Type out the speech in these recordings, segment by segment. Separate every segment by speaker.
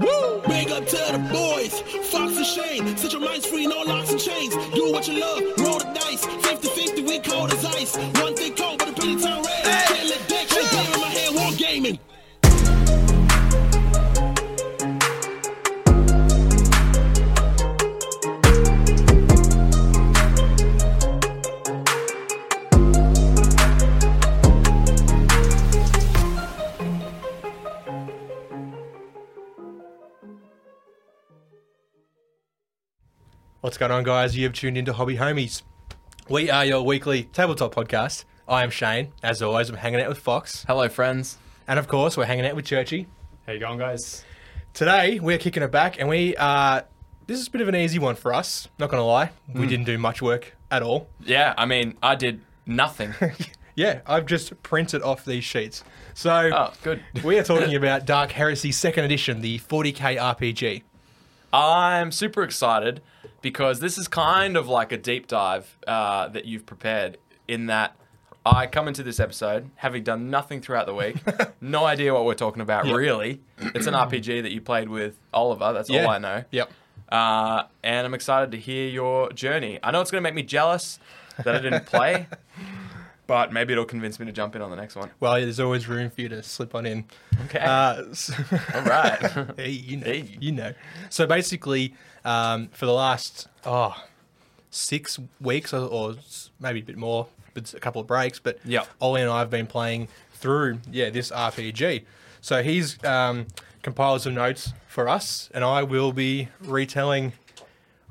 Speaker 1: Woo! Big up to the boys, Fox and Shane. Set your minds free, no locks and chains. Do what you love, roll the dice. 50 50, we cold as ice. One thing cold, but the penny town red. Hey. Can't let that shit get in my head, war gaming.
Speaker 2: What's going on, guys? You have tuned into Hobby Homies. We are your weekly tabletop podcast. I am Shane. As always, I'm hanging out with Fox.
Speaker 3: Hello, friends.
Speaker 2: And of course, we're hanging out with Churchy.
Speaker 4: How you going, guys?
Speaker 2: Today, we're kicking it back, and we are. This is a bit of an easy one for us, not going to lie.
Speaker 3: Hmm.
Speaker 2: We didn't do much work at all.
Speaker 3: Yeah, I mean, I did nothing.
Speaker 2: Yeah, I've just printed off these sheets. So,
Speaker 3: Oh, good.
Speaker 2: we are talking about Dark Heresy 2nd Edition, the 40k RPG.
Speaker 3: Oh, I'm super excited because this is kind of like a deep dive uh, that you've prepared in that I come into this episode having done nothing throughout the week, no idea what we're talking about, really. It's an RPG that you played with Oliver, that's all I know.
Speaker 2: Yep.
Speaker 3: Uh, and I'm excited to hear your journey. I know it's going to make me jealous that I didn't play, but maybe it'll convince me to jump in on the next one.
Speaker 2: Well, there's always room for you to slip on in.
Speaker 3: Okay.
Speaker 2: Uh, s-
Speaker 3: all right.
Speaker 2: Hey, Eh, you know,
Speaker 3: Hey.
Speaker 2: you know. So basically, um, for the last oh six weeks or, or s- maybe a bit more, but it's a couple of breaks. But
Speaker 3: Yep.
Speaker 2: Ollie and I have been playing through yeah this RPG. So he's um, compiled some notes for us, and I will be retelling.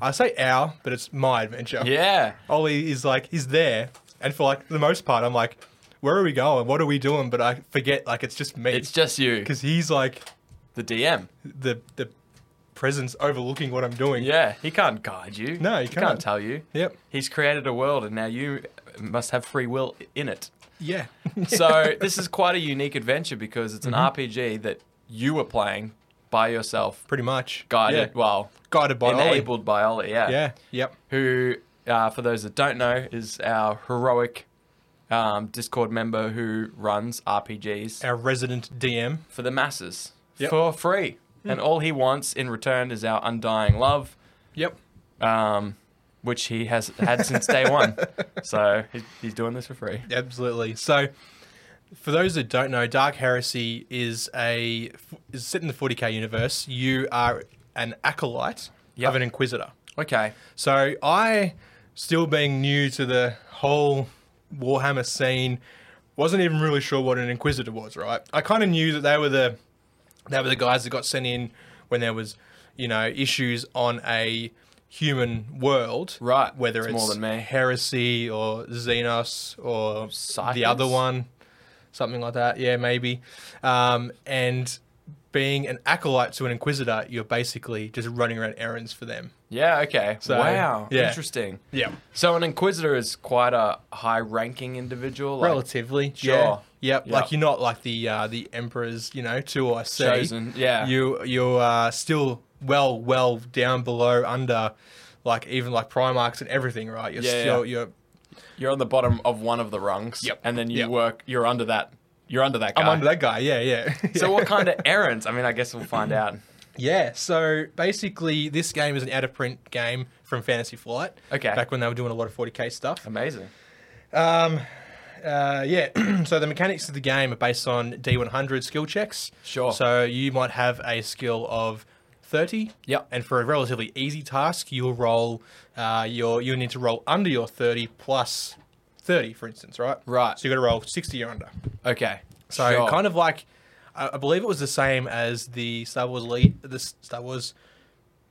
Speaker 2: I say our, but it's my adventure.
Speaker 3: yeah.
Speaker 2: Ollie is like he's there, and for like the most part, I'm like, where are we going? What are we doing? But I forget like it's just me.
Speaker 3: It's just you,
Speaker 2: because he's like
Speaker 3: the DM.
Speaker 2: the the presence overlooking what I'm doing.
Speaker 3: Yeah, he can't guide you.
Speaker 2: No, he
Speaker 3: he
Speaker 2: can't.
Speaker 3: can't tell you.
Speaker 2: Yep.
Speaker 3: He's created a world, and now you must have free will in it.
Speaker 2: Yeah.
Speaker 3: So this is quite a unique adventure because it's an
Speaker 2: Mm-hmm.
Speaker 3: RPG that you were playing by yourself,
Speaker 2: pretty much
Speaker 3: guided,
Speaker 2: Yeah.
Speaker 3: well,
Speaker 2: guided by Ollie.
Speaker 3: enabled by Ollie. Yeah.
Speaker 2: Yeah. Yep.
Speaker 3: Who, uh, for those that don't know, is our heroic um, Discord member who runs RPGs
Speaker 2: Our resident DM.
Speaker 3: for the masses
Speaker 2: Yep. Hmm.
Speaker 3: for free, and all he wants in return is our undying love.
Speaker 2: Yep.
Speaker 3: um, which he has had since day one. So he's, he's doing this for free.
Speaker 2: Absolutely. So, for those that don't know, Dark Heresy is a is set in the 40k universe. You are an acolyte
Speaker 3: Yep.
Speaker 2: of an inquisitor.
Speaker 3: Okay.
Speaker 2: So I, still being new to the whole Warhammer scene, wasn't even really sure what an Inquisitor was. Right, I kind of knew that they were the they were the guys that got sent in when there was, you know, issues on a human world.
Speaker 3: Right.
Speaker 2: whether it's,
Speaker 3: It's more than me.
Speaker 2: heresy or Xenos or the
Speaker 3: Cycles?
Speaker 2: other one, something like that. Yeah, maybe. Um, and being an acolyte to an inquisitor, you're basically just running around errands for them.
Speaker 3: Yeah. Okay. wow.
Speaker 2: yeah.
Speaker 3: Interesting.
Speaker 2: Yeah.
Speaker 3: So an inquisitor is quite a high-ranking individual. Like
Speaker 2: relatively
Speaker 3: Sure.
Speaker 2: yeah. Yep. like
Speaker 3: Yep.
Speaker 2: you're not like the uh, the emperor's you know two or C.
Speaker 3: Chosen, yeah.
Speaker 2: you you are still well well down below under like even like primarchs and everything right you're
Speaker 3: Yeah, yeah.
Speaker 2: still you're
Speaker 3: You're on the bottom of one of the rungs.
Speaker 2: Yep.
Speaker 3: And then you
Speaker 2: Yep.
Speaker 3: work. You're under that. You're under that guy.
Speaker 2: I'm under that guy yeah yeah
Speaker 3: So what kind of errands? I mean, I guess we'll find out.
Speaker 2: yeah so basically this game is an out of print game from Fantasy Flight
Speaker 3: Okay.
Speaker 2: back when they were doing a lot of 40k stuff
Speaker 3: Amazing.
Speaker 2: Uh, yeah, so the mechanics of the game are based on D100 skill checks.
Speaker 3: Sure.
Speaker 2: So you might have a skill of 30.
Speaker 3: Yep.
Speaker 2: And for a relatively easy task, you'll roll uh, your you need to roll under your 30 plus 30, for instance, right?
Speaker 3: Right.
Speaker 2: So you got to roll 60 or under.
Speaker 3: Okay.
Speaker 2: So kind of like, I I believe it was the same as the Star Wars lead, the S- Star Wars,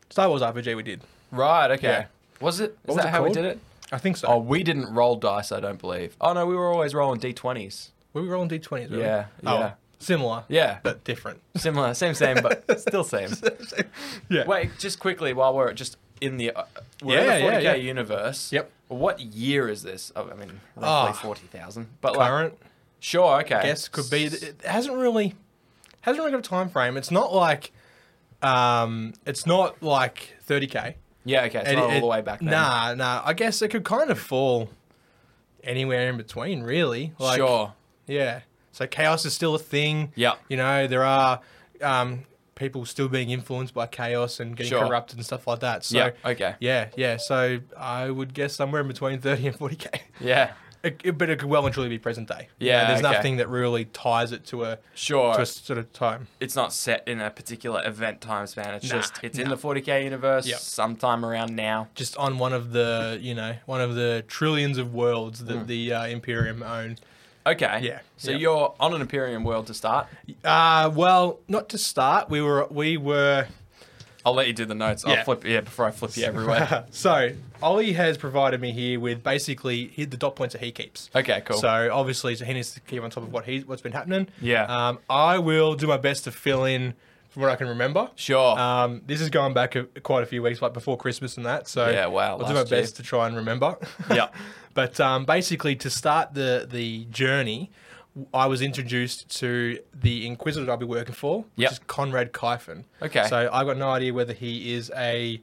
Speaker 2: Star Wars RPG we did.
Speaker 3: Right. Okay.
Speaker 2: Yeah.
Speaker 3: Was it? Is
Speaker 2: was
Speaker 3: that
Speaker 2: it
Speaker 3: how
Speaker 2: called?
Speaker 3: we did it?
Speaker 2: I think so.
Speaker 3: Oh, we didn't roll dice. I don't believe. Oh no, we were always rolling d20s.
Speaker 2: Were we rolling D20s? were we?
Speaker 3: Yeah,
Speaker 2: Oh,
Speaker 3: yeah.
Speaker 2: Similar.
Speaker 3: Yeah.
Speaker 2: But different.
Speaker 3: Similar, same, same, but still same.
Speaker 2: Yeah.
Speaker 3: Wait, just quickly while we're just in the uh, we're
Speaker 2: Yeah,
Speaker 3: in
Speaker 2: yeah,
Speaker 3: the 40k
Speaker 2: yeah.
Speaker 3: universe.
Speaker 2: Yep.
Speaker 3: What year is this? Oh, I mean,
Speaker 2: Ah.
Speaker 3: roughly forty thousand. But like,
Speaker 2: Current.
Speaker 3: sure, okay.
Speaker 2: guess could be. It hasn't really, hasn't really got a time frame. It's not like, um, it's not like 30k.
Speaker 3: Yeah, okay. It's
Speaker 2: It-
Speaker 3: not all
Speaker 2: it-
Speaker 3: the way back. Then.
Speaker 2: Nah, nah. I guess it could kind of fall anywhere in between, really. Like,
Speaker 3: sure.
Speaker 2: Yeah. So chaos is still a thing.
Speaker 3: Yep.
Speaker 2: You know there are um, people still being influenced by chaos and getting
Speaker 3: Sure.
Speaker 2: corrupt and stuff like that. So
Speaker 3: Yeah, okay.
Speaker 2: yeah, yeah. So I would guess somewhere in between thirty and forty k.
Speaker 3: Yeah.
Speaker 2: It, it- but it could well and truly be present day. You
Speaker 3: Yeah,
Speaker 2: know, there's
Speaker 3: okay.
Speaker 2: nothing that really ties it to a
Speaker 3: Sure.
Speaker 2: to a sort of time.
Speaker 3: it's not set in a particular event time span. It's
Speaker 2: Nah,
Speaker 3: just it's in
Speaker 2: nah.
Speaker 3: the 40k universe
Speaker 2: Yep.
Speaker 3: sometime around now.
Speaker 2: Just on one of the you know one of the trillions of worlds
Speaker 3: Hmm.
Speaker 2: that the uh, Imperium own.
Speaker 3: Okay.
Speaker 2: Yeah,
Speaker 3: So
Speaker 2: yep.
Speaker 3: you're on an Imperium world to start.
Speaker 2: Uh, well, not to start, we were we were
Speaker 3: I'll let you do the notes.
Speaker 2: Yeah.
Speaker 3: I'll flip yeah before I flip you everywhere.
Speaker 2: so Ollie has provided me here with basically he- the dot points that he keeps.
Speaker 3: okay. Cool.
Speaker 2: So obviously, so he needs to keep on top of what he's what's been happening.
Speaker 3: Yeah.
Speaker 2: Um, I will do my best to fill in from what I can remember.
Speaker 3: sure.
Speaker 2: Um, this is going back a, quite a few weeks, like before Christmas and that. So
Speaker 3: Yeah, wow,
Speaker 2: I'll do my
Speaker 3: last year.
Speaker 2: best to try and remember.
Speaker 3: Yeah.
Speaker 2: But um, basically, to start the the journey, I was introduced to the Inquisitor that I'll be working for, which
Speaker 3: Yep.
Speaker 2: is Conrad Kyphon.
Speaker 3: Okay.
Speaker 2: So I've got no idea whether he is a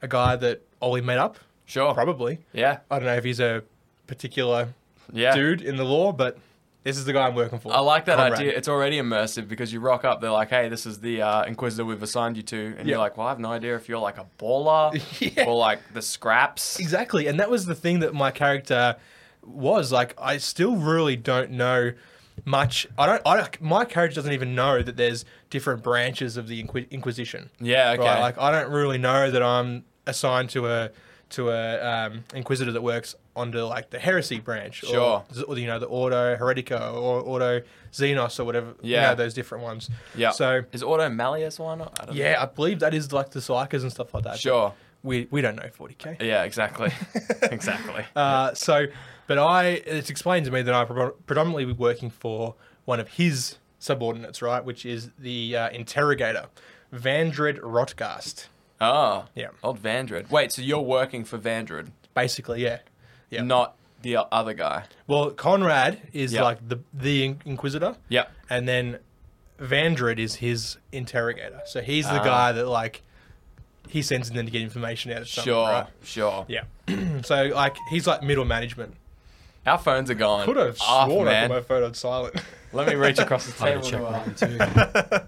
Speaker 2: a guy that Ollie met up.
Speaker 3: sure.
Speaker 2: Probably.
Speaker 3: Yeah.
Speaker 2: I don't know if he's a particular
Speaker 3: Yeah.
Speaker 2: dude in the law, but this is the guy I'm working for.
Speaker 3: I like that
Speaker 2: Conrad.
Speaker 3: idea. It's already immersive because you rock up. They're like, "Hey, this is the uh, Inquisitor we've assigned you to," and
Speaker 2: Yeah.
Speaker 3: you're like, "Well, I have no idea if you're like a baller
Speaker 2: Yeah.
Speaker 3: or like the scraps."
Speaker 2: Exactly, and that was the thing that my character was like. I still really don't know much. I don't. I don't my character doesn't even know that there's different branches of the Inqui- Inquisition.
Speaker 3: Yeah. Okay.
Speaker 2: Right? Like I don't really know that I'm assigned to a to a um, inquisitor that works under like the heresy branch, or-
Speaker 3: Sure.
Speaker 2: or, you know the Auto Heretica or Auto Xenos or whatever.
Speaker 3: Yeah.
Speaker 2: you know, those different ones.
Speaker 3: yeah.
Speaker 2: So
Speaker 3: is Auto Malleus one? I don't
Speaker 2: yeah, I believe that is like the psychers and stuff like that.
Speaker 3: Know.
Speaker 2: but
Speaker 3: Sure.
Speaker 2: We we don't know 40k.
Speaker 3: Yeah. Exactly. exactly.
Speaker 2: Uh, so, but I, it's explained to me that I pre- predominantly be working for one of his subordinates, right, which is the uh, interrogator, Vandred Rotgast.
Speaker 3: Oh.
Speaker 2: Yeah.
Speaker 3: Old Vandred. Wait, so you're working for Vandred,
Speaker 2: Basically, yeah. Yeah.
Speaker 3: not the o- other guy.
Speaker 2: Well, Conrad is
Speaker 3: Yeah.
Speaker 2: like the the in- inquisitor.
Speaker 3: Yeah.
Speaker 2: And then Vandred is his interrogator. So he's the
Speaker 3: Ah.
Speaker 2: guy that like he sends in there to get information out of someone.
Speaker 3: Sure.
Speaker 2: right?
Speaker 3: Sure.
Speaker 2: Yeah. so like he's like middle management.
Speaker 3: Our phones are going.
Speaker 2: Could have
Speaker 3: off,
Speaker 2: sworn I
Speaker 3: man.
Speaker 2: put my phone on silent.
Speaker 3: Let me reach across the
Speaker 4: I had
Speaker 3: table.
Speaker 4: to check
Speaker 3: to, uh,
Speaker 4: mine too.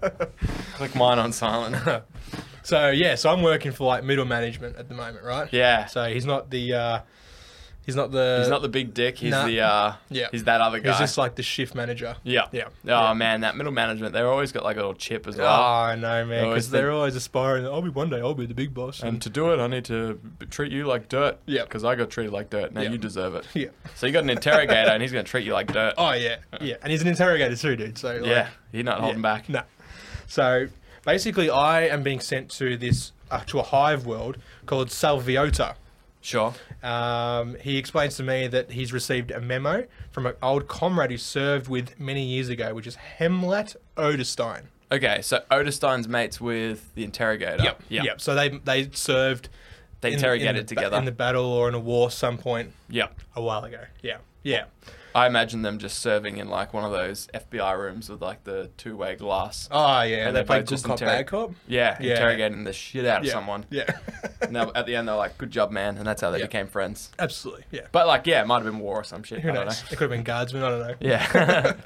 Speaker 3: click mine on silent.
Speaker 2: So yeah, so I'm working for like middle management at the moment, right?
Speaker 3: yeah.
Speaker 2: So he's not the uh he's not the
Speaker 3: He's not the big dick. He's
Speaker 2: Nah.
Speaker 3: the uh,
Speaker 2: Yeah.
Speaker 3: He's that other guy.
Speaker 2: he's just like the shift manager.
Speaker 3: yeah.
Speaker 2: Yeah.
Speaker 3: Oh man, that middle management. They've always got like a little chip as
Speaker 2: Oh,
Speaker 3: well.
Speaker 2: I know, man,
Speaker 3: always
Speaker 2: because they're
Speaker 3: think-
Speaker 2: always aspiring. I'll be one day, I'll be the big boss.
Speaker 3: and to do it, I need to b- treat you like dirt.
Speaker 2: Yeah.
Speaker 3: Because I got treated like dirt. Now
Speaker 2: Yeah.
Speaker 3: you deserve it.
Speaker 2: yeah.
Speaker 3: So you got an interrogator, and he's gonna treat you like dirt.
Speaker 2: Oh yeah, yeah, and he's an interrogator too, dude. So like,
Speaker 3: yeah. He's not holding back.
Speaker 2: No. So basically, I am being sent to this uh, to a hive world called Salviota.
Speaker 3: Sure.
Speaker 2: Um, he explains to me that he's received a memo from an old comrade who served with many years ago, which is Hemlet Odestein.
Speaker 3: Okay, so Odestein's mates with the interrogator.
Speaker 2: Yep.
Speaker 3: Yep.
Speaker 2: Yep. So they they served.
Speaker 3: They
Speaker 2: in- in
Speaker 3: interrogated
Speaker 2: the ba-
Speaker 3: together.
Speaker 2: in the battle or in a war some point
Speaker 3: Yep.
Speaker 2: a while ago. Yeah. Yeah.
Speaker 3: I imagine them just serving in like one of those FBI rooms with like the two way glass.
Speaker 2: Oh yeah.
Speaker 3: And
Speaker 2: they,
Speaker 3: they
Speaker 2: played
Speaker 3: both
Speaker 2: good
Speaker 3: just
Speaker 2: cop,
Speaker 3: interro-
Speaker 2: bad cop.
Speaker 3: Yeah,
Speaker 2: Yeah.
Speaker 3: interrogating the shit out of
Speaker 2: Yeah.
Speaker 3: someone.
Speaker 2: Yeah.
Speaker 3: And they- at the end, they're like, good job, man. And that's how they
Speaker 2: Yeah.
Speaker 3: became friends.
Speaker 2: Absolutely. Yeah.
Speaker 3: But like, yeah, it might have been war or some shit.
Speaker 2: Who
Speaker 3: I don't
Speaker 2: knows? It
Speaker 3: know.
Speaker 2: could have been guardsmen. I don't know.
Speaker 3: Yeah.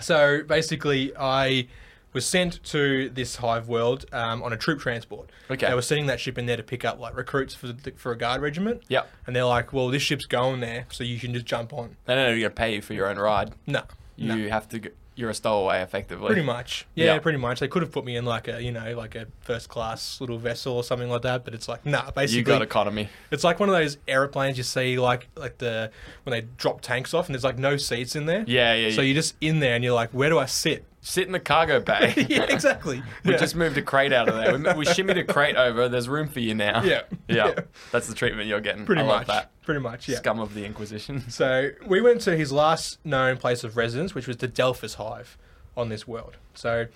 Speaker 2: So basically, I was sent to this hive world um, on a troop transport.
Speaker 3: Okay.
Speaker 2: They were sending that ship in there to pick up like recruits for the, for a guard regiment.
Speaker 3: Yep.
Speaker 2: And they're like, "Well, this ship's going there, so you can just jump on."
Speaker 3: they don't even gonna pay you for your own ride.
Speaker 2: No.
Speaker 3: You
Speaker 2: no.
Speaker 3: have to. Go, you're a stowaway, effectively.
Speaker 2: Pretty much. Yeah,
Speaker 3: Yeah.
Speaker 2: pretty much. They could have put me in like a, you know, like a first class little vessel or something like that, but it's like, nah, basically.
Speaker 3: You got economy.
Speaker 2: It's like one of those aeroplanes you see, like like the when they drop tanks off and there's like no seats in there.
Speaker 3: Yeah, yeah.
Speaker 2: So
Speaker 3: you
Speaker 2: you're just in there and you're like, where do I sit?
Speaker 3: sit in the cargo bay.
Speaker 2: yeah, exactly.
Speaker 3: We
Speaker 2: Yeah.
Speaker 3: just moved a crate out of there. We, we shimmied a crate over. There's room for you now.
Speaker 2: Yeah.
Speaker 3: Yeah.
Speaker 2: Yeah.
Speaker 3: That's the treatment you're getting.
Speaker 2: pretty
Speaker 3: I
Speaker 2: much
Speaker 3: love that.
Speaker 2: Pretty much, yeah.
Speaker 3: Scum of the Inquisition.
Speaker 2: So we went to his last known place of residence, which was the Delphus Hive on this world. So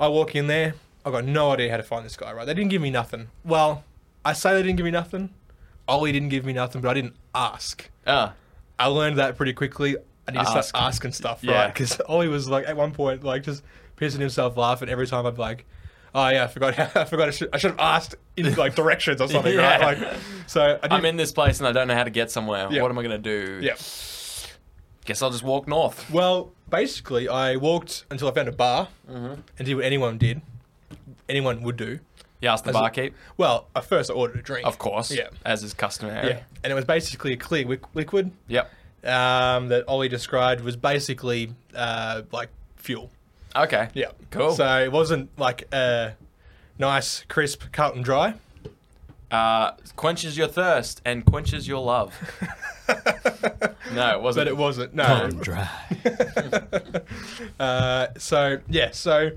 Speaker 2: I walk in there. I got no idea how to find this guy. Right? They didn't give me nothing. Well, I say they didn't give me nothing. Ollie didn't give me nothing, but I didn't ask.
Speaker 3: Ah.
Speaker 2: I learned that pretty quickly. I need to
Speaker 3: Ask.
Speaker 2: start asking stuff, right?
Speaker 3: Yeah.
Speaker 2: 'Cause right? Because Ollie was like at one point like just pissing himself laughing every time I'd be like, oh yeah, I forgot, I forgot, I should, I should have asked in like directions or something,
Speaker 3: Yeah.
Speaker 2: right? Like, so I didn't.
Speaker 3: I'm in this place and I don't know how to get somewhere.
Speaker 2: Yeah.
Speaker 3: What am I gonna do?
Speaker 2: yeah.
Speaker 3: Guess I'll just walk north.
Speaker 2: Well, basically, I walked until I found a bar
Speaker 3: Mm-hmm.
Speaker 2: and did what anyone did, anyone would do.
Speaker 3: He asked the
Speaker 2: As a-
Speaker 3: barkeep,
Speaker 2: Well, at first I ordered a drink,
Speaker 3: of course,
Speaker 2: Yeah.
Speaker 3: as is customary.
Speaker 2: yeah, and it was basically a clear wick- liquid
Speaker 3: Yep.
Speaker 2: um, that Ollie described was basically uh, like fuel.
Speaker 3: Okay.
Speaker 2: Yeah,
Speaker 3: Cool.
Speaker 2: So it wasn't like a nice, crisp, cut and dry.
Speaker 3: Uh, quenches your thirst and quenches your love. no, it wasn't.
Speaker 2: But it wasn't. No.
Speaker 4: dry.
Speaker 2: Uh, so yeah. So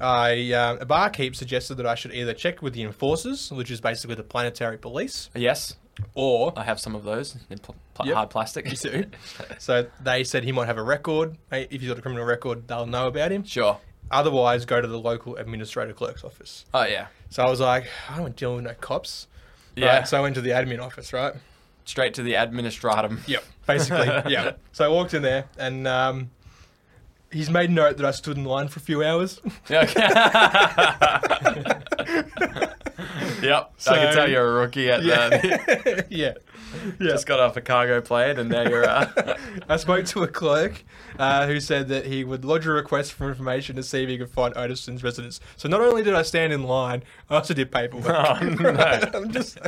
Speaker 2: I um, a barkeep suggested that I should either check with the enforcers, which is basically the planetary police,
Speaker 3: Yes,
Speaker 2: or
Speaker 3: I have some of those in pl- pl-
Speaker 2: Yep.
Speaker 3: hard plastic.
Speaker 2: you do. so they said he might have a record. Hey, If he's got a criminal record, they'll know about him.
Speaker 3: Sure.
Speaker 2: Otherwise, go to the local administrator clerk's office.
Speaker 3: Oh yeah.
Speaker 2: So I was like, I don't want to deal with no cops.
Speaker 3: Yeah.
Speaker 2: Right, so I went to the admin office, right?
Speaker 3: Straight to the administratum.
Speaker 2: Yep. Basically, yeah. So I walked in there, and um, he's made note that I stood in line for a few hours.
Speaker 3: Yeah, okay. yep. I
Speaker 2: So-
Speaker 3: can tell you're a rookie at the.
Speaker 2: yeah. yeah.
Speaker 3: Just got off a cargo plane and now you're. Uh,
Speaker 2: I spoke to a clerk uh, who said that he would lodge a request for information to see if he could find Otison's residence. So not only did I stand in line, I also did paperwork.
Speaker 3: Oh, no.
Speaker 2: I'm just,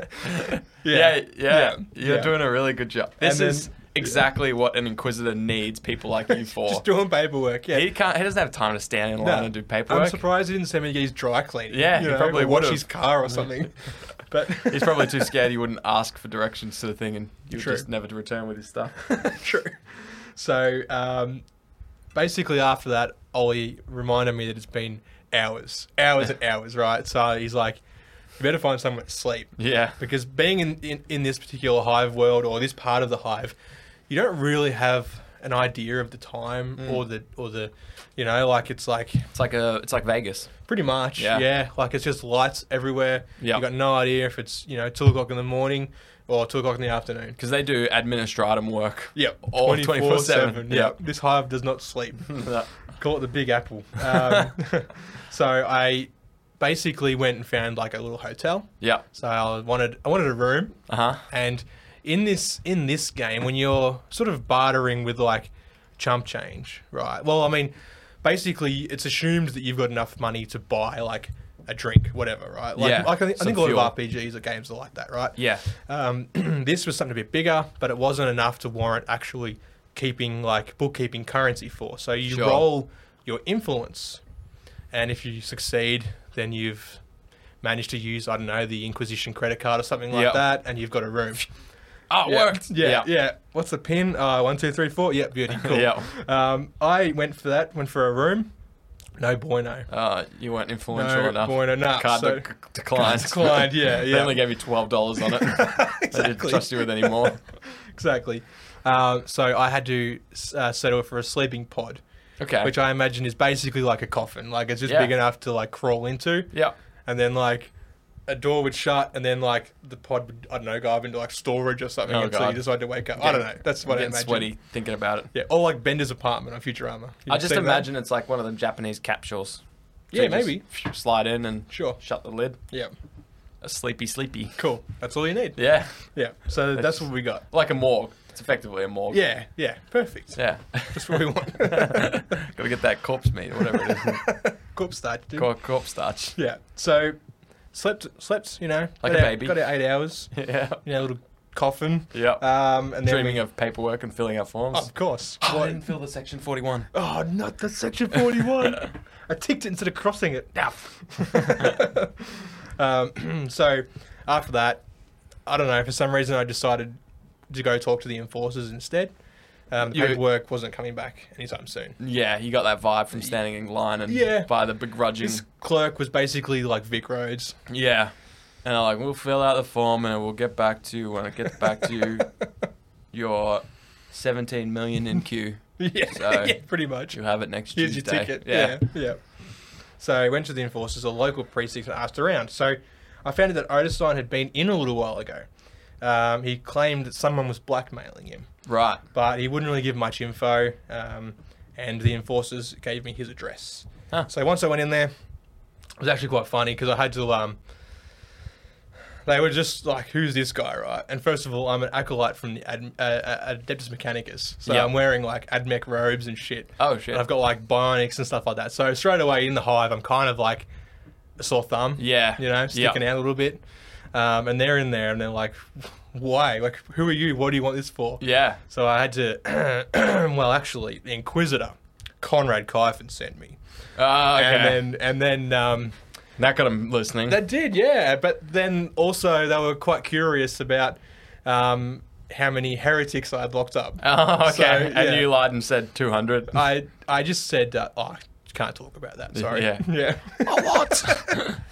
Speaker 3: yeah,
Speaker 2: yeah.
Speaker 3: yeah, You're
Speaker 2: yeah.
Speaker 3: doing a really good job. This
Speaker 2: then-
Speaker 3: is exactly what an inquisitor needs people like you for.
Speaker 2: Just doing paperwork. Yeah.
Speaker 3: he can't. He doesn't have time to stand in line
Speaker 2: No,
Speaker 3: and do paperwork.
Speaker 2: I'm surprised he didn't send me to get his dry cleaning.
Speaker 3: Yeah,
Speaker 2: you
Speaker 3: he
Speaker 2: know,
Speaker 3: probably
Speaker 2: or wash
Speaker 3: would've.
Speaker 2: his car or something. But
Speaker 3: He's probably too scared he wouldn't ask for directions to the thing and you would
Speaker 2: True.
Speaker 3: just never to return with his stuff.
Speaker 2: True. So um, basically, after that, Ollie reminded me that it's been hours, hours and hours, right? So he's like, "You better find somewhere to sleep."
Speaker 3: Yeah.
Speaker 2: Because being in, in, in this particular hive world or this part of the hive, you don't really have an idea of the time
Speaker 3: Mm.
Speaker 2: or the or the, you know, like it's like
Speaker 3: It's like a it's like Vegas.
Speaker 2: pretty much
Speaker 3: Yeah.
Speaker 2: yeah, like it's just lights everywhere.
Speaker 3: Yeah.
Speaker 2: you got no idea if it's you know two o'clock in the morning or two o'clock in the afternoon.
Speaker 3: Because they do administratum work.
Speaker 2: Yep.
Speaker 3: All 24/7.
Speaker 2: Yeah.
Speaker 3: Yep.
Speaker 2: This hive does not sleep. Call it the Big Apple. Um, so I basically went and found like a little hotel.
Speaker 3: Yeah.
Speaker 2: So I wanted I wanted a room,
Speaker 3: Uh huh.
Speaker 2: and in this in this game, when you're sort of bartering with like chump change, right? Well, I mean, basically it's assumed that you've got enough money to buy like a drink, whatever, right? Like,
Speaker 3: Yeah,
Speaker 2: like I, think I
Speaker 3: some
Speaker 2: think a lot
Speaker 3: fuel.
Speaker 2: of RPGs or games are like that, right?
Speaker 3: Yeah.
Speaker 2: Um, this was something a bit bigger, but it wasn't enough to warrant actually keeping like bookkeeping currency for. So you
Speaker 3: Sure.
Speaker 2: roll your influence, and if you succeed, then you've managed to use I don't know the Inquisition credit card or something like
Speaker 3: Yeah.
Speaker 2: that, and you've got a room.
Speaker 3: Oh, it
Speaker 2: Yeah.
Speaker 3: worked.
Speaker 2: Yeah, yeah. What's the pin? Uh, one, two, three, four. Yep, beauty. Cool.
Speaker 3: Yeah.
Speaker 2: Um, I went for that. Went for a room. No bueno.
Speaker 3: Uh, you weren't influential
Speaker 2: No,
Speaker 3: enough.
Speaker 2: weren't enough,
Speaker 3: Card
Speaker 2: so-
Speaker 3: dec- declined.
Speaker 2: declined, yeah,
Speaker 3: They
Speaker 2: yeah.
Speaker 3: only gave you twelve dollars on it. They didn't
Speaker 2: Exactly.
Speaker 3: trust you with any more.
Speaker 2: Exactly. Um, so I had to uh, settle for a sleeping pod.
Speaker 3: Okay.
Speaker 2: which I imagine is basically like a coffin. Like it's just
Speaker 3: Yeah.
Speaker 2: big enough to like crawl into,
Speaker 3: yeah.
Speaker 2: and then like a door would shut, and then like the pod would I don't know go up into like storage or something
Speaker 3: Oh,
Speaker 2: until
Speaker 3: God.
Speaker 2: you decide to wake up. I don't know. That's what I
Speaker 3: Getting
Speaker 2: imagine.
Speaker 3: sweaty thinking about it.
Speaker 2: Yeah, or like Bender's apartment on Futurama. You
Speaker 3: I just
Speaker 2: seen that?
Speaker 3: imagine it's like one of them Japanese capsules.
Speaker 2: Yeah,
Speaker 3: you just
Speaker 2: maybe.
Speaker 3: Slide in and
Speaker 2: Sure.
Speaker 3: shut the lid.
Speaker 2: Yeah,
Speaker 3: A sleepy, sleepy.
Speaker 2: cool. That's all you need. Yeah.
Speaker 3: Yeah.
Speaker 2: So that's what we got.
Speaker 3: Like a morgue. It's effectively a morgue.
Speaker 2: Yeah. Yeah. Perfect.
Speaker 3: Yeah.
Speaker 2: That's what we want.
Speaker 3: Gotta get that corpse meat or whatever it is.
Speaker 2: Corpse starch, dude.
Speaker 3: Cor- corpse starch.
Speaker 2: Yeah. So slept, slept. You know, got
Speaker 3: Like a
Speaker 2: our-
Speaker 3: baby.
Speaker 2: Got our eight hours.
Speaker 3: Yeah.
Speaker 2: You know, little coffin.
Speaker 3: Yeah.
Speaker 2: Um, and then
Speaker 3: Dreaming
Speaker 2: we-
Speaker 3: of paperwork and filling out forms.
Speaker 2: Of course.
Speaker 3: I
Speaker 2: What-
Speaker 3: didn't fill the section 41.
Speaker 2: Oh, not the section 41. I ticked it instead of crossing it.
Speaker 3: Yeah.
Speaker 2: Um, so after that, I don't know, for some reason I decided to go talk to the enforcers instead. Um, the
Speaker 3: You-
Speaker 2: paperwork wasn't coming back anytime soon.
Speaker 3: Yeah, you got that vibe from standing in line and
Speaker 2: Yeah.
Speaker 3: by the begrudging.
Speaker 2: This clerk was basically like Vic Rhodes.
Speaker 3: Yeah. And I'm like, we'll fill out the form and we'll get back to you when it gets back to you. Your 17 million in queue.
Speaker 2: yeah,
Speaker 3: So-
Speaker 2: yeah, pretty much.
Speaker 3: You'll have it next
Speaker 2: Here's
Speaker 3: Tuesday.
Speaker 2: your ticket. Yeah. yeah, So I went to the enforcers, a local precinct, and asked around. So I found out that Otisine had been in a little while ago. Um, he claimed that someone was blackmailing him.
Speaker 3: Right.
Speaker 2: but he wouldn't really give much info. Um, and the enforcers gave me his address.
Speaker 3: Huh.
Speaker 2: So once I went in there, it was actually quite funny because I had to um, They were just like, "Who's this guy?" Right? And first of all, I'm an acolyte from the Ad, uh, uh, Adeptus Mechanicus, so
Speaker 3: Yeah.
Speaker 2: I'm wearing like admech robes and shit.
Speaker 3: Oh, shit.
Speaker 2: And I've got like bionics and stuff like that. So straight away in the hive, I'm kind of like a sore thumb.
Speaker 3: Yeah.
Speaker 2: you know,
Speaker 3: Yeah.
Speaker 2: sticking out a little bit. Um, and they're in there, and they're like, "Why? Like, who are you? What do you want this for?"
Speaker 3: Yeah.
Speaker 2: So I had to. well, actually, the Inquisitor, Conrad Kyphon, sent me,
Speaker 3: Uh, okay.
Speaker 2: and then and then. Um,
Speaker 3: that got him listening.
Speaker 2: that did, yeah. But then also they were quite curious about um, how many heretics I had locked up.
Speaker 3: oh, okay.
Speaker 2: So, yeah.
Speaker 3: And you lied and said 200.
Speaker 2: I I just said, uh, oh, I can't talk about that. Sorry.
Speaker 3: Yeah.
Speaker 2: yeah.
Speaker 3: what?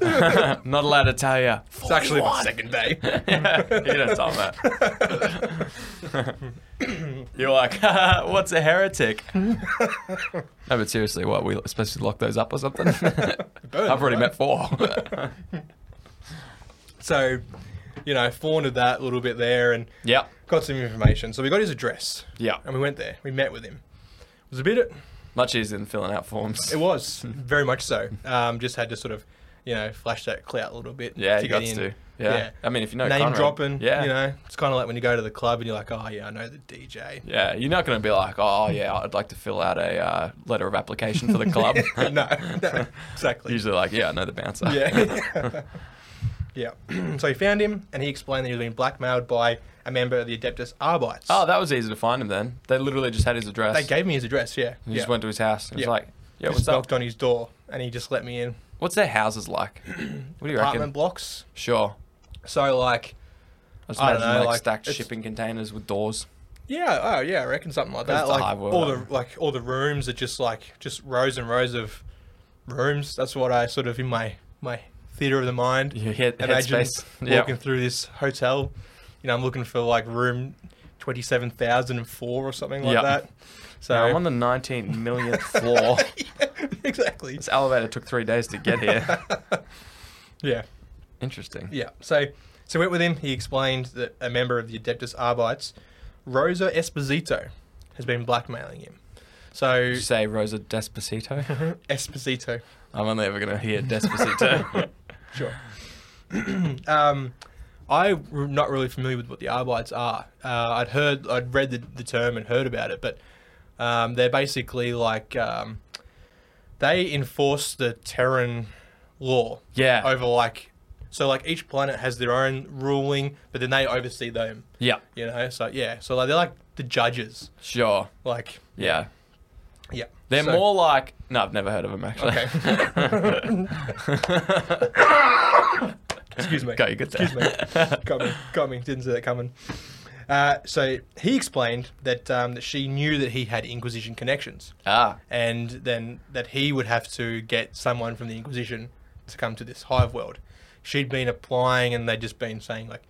Speaker 3: Not allowed to tell you.
Speaker 2: it's actually my second day.
Speaker 3: you don't tell them that. You're like, "Haha, what's a heretic? no, but seriously, what? We supposed to lock those up or something? I've
Speaker 2: Boom,
Speaker 3: already
Speaker 2: right?
Speaker 3: met four.
Speaker 2: So, you know, fawned that a little bit there and
Speaker 3: yep.
Speaker 2: got some information. So we got his address.
Speaker 3: Yeah.
Speaker 2: And we went there. We met with him. It was a bit.
Speaker 3: Much easier than filling out forms.
Speaker 2: It was very much so. Um, just had to sort of, you know, flash that clout a little bit.
Speaker 3: yeah,
Speaker 2: to
Speaker 3: you
Speaker 2: get
Speaker 3: got
Speaker 2: in.
Speaker 3: to. Yeah. I mean, if you know
Speaker 2: name
Speaker 3: Conrad,
Speaker 2: dropping.
Speaker 3: yeah.
Speaker 2: You know, it's kind of like when you go to the club and you're like, oh, yeah, I know the DJ.
Speaker 3: Yeah, you're not going to be like, oh, yeah, I'd like to fill out a uh, letter of application for the club.
Speaker 2: no, no, exactly.
Speaker 3: Usually, like, yeah, I know the bouncer.
Speaker 2: Yeah. yeah. so he found him and he explained that he was being blackmailed by a member of the Adeptus Arbites.
Speaker 3: Oh, that was easy to find him then. They literally just had his address.
Speaker 2: they gave me his address, yeah.
Speaker 3: You
Speaker 2: yeah.
Speaker 3: just went to his house. and was
Speaker 2: Yeah.
Speaker 3: like, yeah,
Speaker 2: just
Speaker 3: what's up?
Speaker 2: knocked on his door and he just let me in.
Speaker 3: What's their houses like? What do you
Speaker 2: Apartment
Speaker 3: reckon?
Speaker 2: blocks.
Speaker 3: Sure.
Speaker 2: So, like,
Speaker 3: I just
Speaker 2: I don't
Speaker 3: imagine
Speaker 2: know,
Speaker 3: like,
Speaker 2: like,
Speaker 3: stacked
Speaker 2: it's-
Speaker 3: shipping containers with doors.
Speaker 2: Yeah, oh yeah, I reckon something like
Speaker 3: That's
Speaker 2: that.
Speaker 3: the
Speaker 2: Like
Speaker 3: hive world,
Speaker 2: all
Speaker 3: right?
Speaker 2: the like all the rooms are just like just rows and rows of rooms. That's what I sort of in my my theater of the mind.
Speaker 3: Your head-
Speaker 2: imagine
Speaker 3: headspace. Yeah.
Speaker 2: walking through this hotel. You know, I'm looking for like room twenty seven thousand and four or something like
Speaker 3: Yeah.
Speaker 2: that. So
Speaker 3: Now, I'm on the 19 millionth floor.
Speaker 2: Yeah, exactly.
Speaker 3: this elevator took three days to get here.
Speaker 2: Yeah,
Speaker 3: Interesting.
Speaker 2: yeah. So so went with him. He explained that a member of the Adeptus Arbites, Rosa Esposito, has been blackmailing him. So
Speaker 3: Did you say Rosa Despacito?
Speaker 2: Esposito.
Speaker 3: I'm only ever going to hear Despacito.
Speaker 2: Sure. um, I'm not really familiar with what the Arbites are. Uh, I'd heard, I'd read the, the term and heard about it, but um, they're basically like um, they enforce the Terran law.
Speaker 3: Yeah.
Speaker 2: Over like, so like each planet has their own ruling, but then they oversee them.
Speaker 3: yeah,
Speaker 2: You know, so yeah, so like they're like the judges.
Speaker 3: sure.
Speaker 2: Like,
Speaker 3: Yeah.
Speaker 2: yeah,
Speaker 3: They're
Speaker 2: So-
Speaker 3: more like. No, I've never heard of them actually.
Speaker 2: Okay. Excuse me.
Speaker 3: Go, you get that.
Speaker 2: Excuse me. Got me. Got me. Didn't see that coming. Uh, so he explained that um, that she knew that he had Inquisition connections,
Speaker 3: ah,
Speaker 2: and then that he would have to get someone from the Inquisition to come to this hive world. She'd been applying, and they'd just been saying like,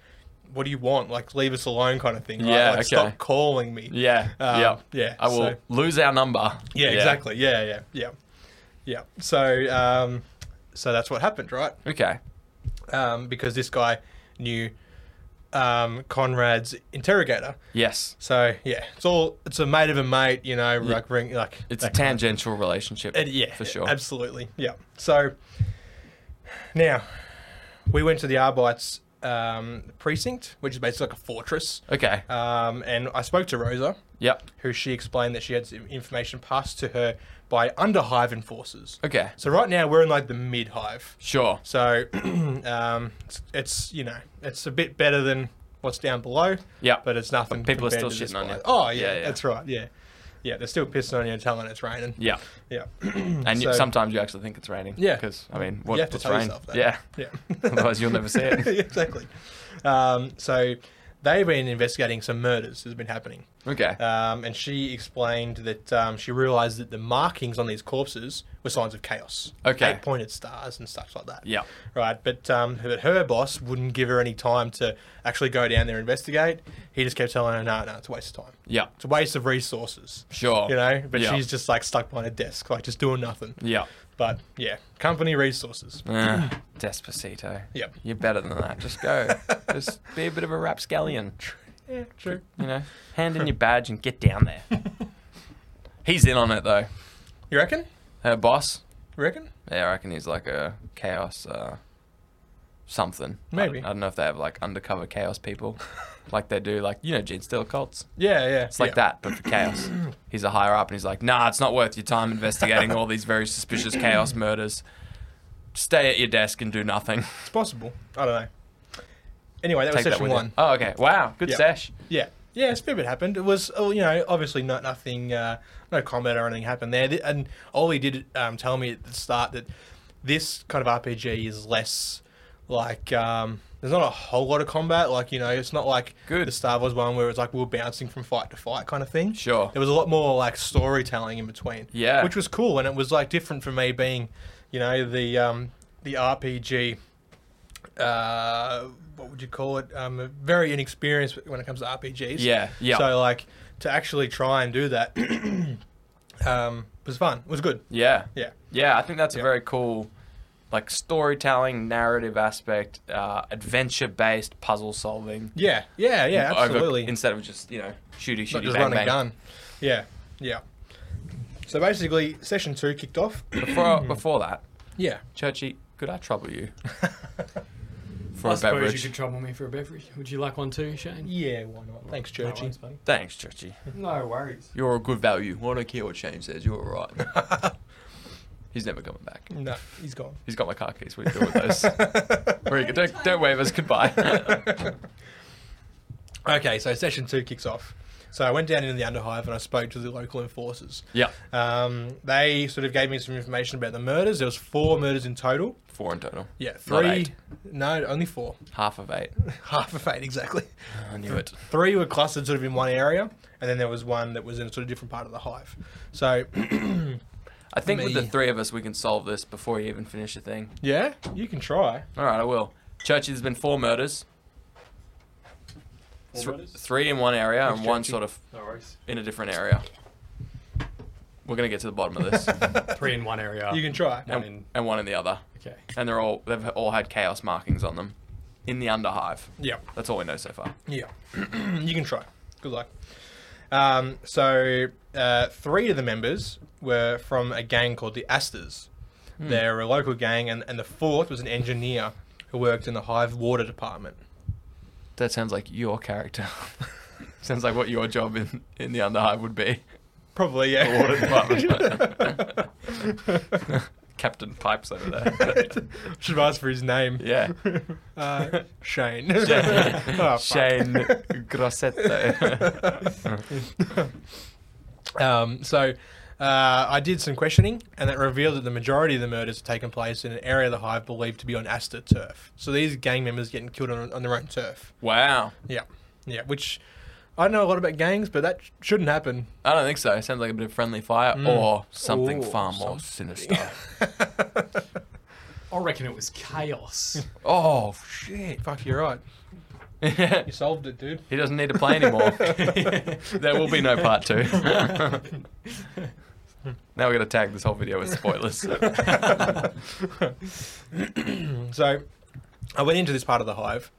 Speaker 2: "What do you want? Like, leave us alone," kind of thing. right?
Speaker 3: Yeah,
Speaker 2: Like,
Speaker 3: okay.
Speaker 2: Stop calling me.
Speaker 3: yeah,
Speaker 2: Um,
Speaker 3: yeah,
Speaker 2: yeah,
Speaker 3: I will
Speaker 2: so-
Speaker 3: lose our number.
Speaker 2: Yeah, exactly. Yeah, yeah, yeah, yeah. So, um, so that's what happened, right?
Speaker 3: Okay.
Speaker 2: um, because this guy knew um, Conrad's interrogator.
Speaker 3: Yes,
Speaker 2: So yeah, it's all it's a mate of a mate, you know, like ring like
Speaker 3: it's a tangential relationship.
Speaker 2: it- yeah
Speaker 3: for sure.
Speaker 2: absolutely yeah. So now we went to the Arbites um, precinct, which is basically like a fortress,
Speaker 3: okay.
Speaker 2: um, and I spoke to Rosa,
Speaker 3: yep.
Speaker 2: who she explained that she had some information passed to her by underhive enforcers.
Speaker 3: Okay.
Speaker 2: So right now we're in like the mid hive.
Speaker 3: Sure.
Speaker 2: So um, it's, it's you know it's a bit better than what's down below.
Speaker 3: Yeah.
Speaker 2: but it's nothing.
Speaker 3: But people are
Speaker 2: compared
Speaker 3: still
Speaker 2: to this
Speaker 3: shitting on
Speaker 2: one.
Speaker 3: you.
Speaker 2: Oh yeah,
Speaker 3: Yeah, yeah.
Speaker 2: that's right. Yeah, yeah, they're still pissing on you and telling it's raining.
Speaker 3: Yeah.
Speaker 2: Yeah,
Speaker 3: And you,
Speaker 2: Hmm, So-
Speaker 3: sometimes you actually think it's raining.
Speaker 2: Yeah.
Speaker 3: Because I mean, what,
Speaker 2: You have to
Speaker 3: it's
Speaker 2: tell
Speaker 3: rain.
Speaker 2: yourself that.
Speaker 3: Yeah.
Speaker 2: yeah,
Speaker 3: Otherwise, you'll never see it.
Speaker 2: exactly. Um, so they've been investigating some murders that's been happening,
Speaker 3: Okay.
Speaker 2: um, and she explained that um, she realised that the markings on these corpses were signs of chaos.
Speaker 3: Okay.
Speaker 2: eight-pointed stars and stuff like that.
Speaker 3: Yeah.
Speaker 2: Right, but um, but her boss wouldn't give her any time to actually go down there and investigate. He just kept telling her, "No, no, it's a waste of time.
Speaker 3: Yeah.
Speaker 2: It's a waste of resources."
Speaker 3: Sure.
Speaker 2: You know, but
Speaker 3: Yeah.
Speaker 2: she's just like stuck behind a desk, like just doing nothing.
Speaker 3: Yeah.
Speaker 2: But yeah, company resources.
Speaker 3: Uh, Despacito.
Speaker 2: Yep.
Speaker 3: You're better than that. Just go. Just be a bit of a rapscallion.
Speaker 2: Yeah, true.
Speaker 3: You know, hand in your badge and get down there. He's in on it though.
Speaker 2: You reckon?
Speaker 3: Her boss.
Speaker 2: You reckon?
Speaker 3: Yeah, I reckon he's like a chaos. Uh, something. I
Speaker 2: Maybe.
Speaker 3: don't- I, don't know if they have like undercover chaos people, like they do, like you know, Gene Steele cults.
Speaker 2: Yeah, yeah.
Speaker 3: It's like that, but for chaos. He's a higher up, and he's like, "Nah, it's not worth your time investigating all these very suspicious chaos murders. Stay at your desk and do nothing."
Speaker 2: It's possible. I don't know. Anyway, that was
Speaker 3: Take that
Speaker 2: Oh, session
Speaker 3: with
Speaker 2: one.
Speaker 3: you. Oh, okay. Wow, good
Speaker 2: Yeah.
Speaker 3: sesh.
Speaker 2: Yeah. Yeah, it's a fair bit happened. It was, oh, you know, obviously not nothing, uh, no combat or anything happened there. Th- And Ollie did um, tell me at the start that this kind of RPG is less like um, there's not a whole lot of combat. Like you know, it's not like
Speaker 3: Good.
Speaker 2: the Star Wars one where it's like we we're bouncing from fight to fight kind of thing.
Speaker 3: Sure.
Speaker 2: There was a lot more like storytelling in between.
Speaker 3: Yeah.
Speaker 2: Which was cool, and it was like different from me being, you know, the um, the RPG uh, what would you call it? Um, very inexperienced when it comes to RPGs.
Speaker 3: Yeah, yeah.
Speaker 2: So like to actually try and do that um, was fun. It was good.
Speaker 3: Yeah.
Speaker 2: Yeah.
Speaker 3: Yeah, I think that's
Speaker 2: Yeah.
Speaker 3: a very cool, like storytelling, narrative aspect, uh, adventure-based puzzle solving.
Speaker 2: Yeah. Yeah. Yeah.
Speaker 3: over-
Speaker 2: Absolutely.
Speaker 3: instead of just you know shooty shooty
Speaker 2: Not just
Speaker 3: bang,
Speaker 2: run
Speaker 3: bang.
Speaker 2: and gun. Yeah. Yeah. So basically, session two kicked off.
Speaker 3: Before before that,
Speaker 2: yeah.
Speaker 3: Churchy, could I trouble you for
Speaker 4: I
Speaker 3: a
Speaker 4: suppose
Speaker 3: beverage?
Speaker 4: you could trouble me for a beverage. Would you like one too, Shane?
Speaker 2: Yeah. Why not? Thanks, Churchy.
Speaker 3: Thanks, Churchy.
Speaker 4: No worries.
Speaker 3: You're a good value. I don't care what Shane says. You're all right. He's never coming back.
Speaker 2: No, he's gone.
Speaker 3: He's got my car keys. What do you do with those? Where you go, don't, don't wave us goodbye.
Speaker 2: Okay, so session two kicks off. So I went down into the Underhive and I spoke to the local enforcers.
Speaker 3: yeah,
Speaker 2: Um, they sort of gave me some information about the murders. There was four murders in total.
Speaker 3: four in total.
Speaker 2: Yeah,
Speaker 3: Not
Speaker 2: three.
Speaker 3: eight.
Speaker 2: No, only four.
Speaker 3: Half of eight.
Speaker 2: Half of eight exactly.
Speaker 3: I knew it.
Speaker 2: Three were clustered sort of in one area, and then there was one that was in a sort of different part of the hive. So
Speaker 3: I think with the
Speaker 2: Me.
Speaker 3: three of us, we can solve this before you even finish the thing.
Speaker 2: yeah, you can try.
Speaker 3: All right, I will. Churchy, there's been four murders. Thr- Three in one area and
Speaker 2: Who's
Speaker 3: one
Speaker 2: Churchy?
Speaker 3: sort of
Speaker 4: No worries.
Speaker 3: in a different area. We're gonna get to the bottom of this,
Speaker 4: Three in one area.
Speaker 3: Oh.
Speaker 2: You can try.
Speaker 4: One in.
Speaker 3: and one in the other,
Speaker 4: Okay.
Speaker 3: and they're all they've all had chaos markings on them, in the underhive.
Speaker 2: Yeah,
Speaker 3: That's all we know so far.
Speaker 2: yeah, you can try. Good luck. Um, so uh, three of the members were from a gang called the Asters.
Speaker 3: Hmm.
Speaker 2: They're a local gang, and, and the fourth was an engineer who worked in the hive water department.
Speaker 3: That sounds like your character. sounds like what your job in in the underhive would be,
Speaker 2: Probably, yeah.
Speaker 3: water department. Captain Pipes over there.
Speaker 2: Should have asked for his name.
Speaker 3: yeah,
Speaker 2: Uh, Shane. Oh, fuck.
Speaker 3: Shane Grossetto.
Speaker 2: Um, so uh, I did some questioning, and that revealed that the majority of the murders have taken place in an area of the hive believed to be on Asta turf. So these gang members getting killed on, on their own turf.
Speaker 3: wow,
Speaker 2: Yeah, yeah. Which I don't know a lot about gangs, but that sh- shouldn't happen.
Speaker 3: I don't think so. It sounds like a bit of friendly fire or something
Speaker 2: Mm. Ooh,
Speaker 3: far more sinister.
Speaker 4: I reckon it was chaos.
Speaker 3: oh shit!
Speaker 2: Fuck, you're right. You solved it, dude.
Speaker 3: He doesn't need to play anymore. there will be no part two. now we're going to tag this whole video with spoilers.
Speaker 2: So I went into this part of the hive.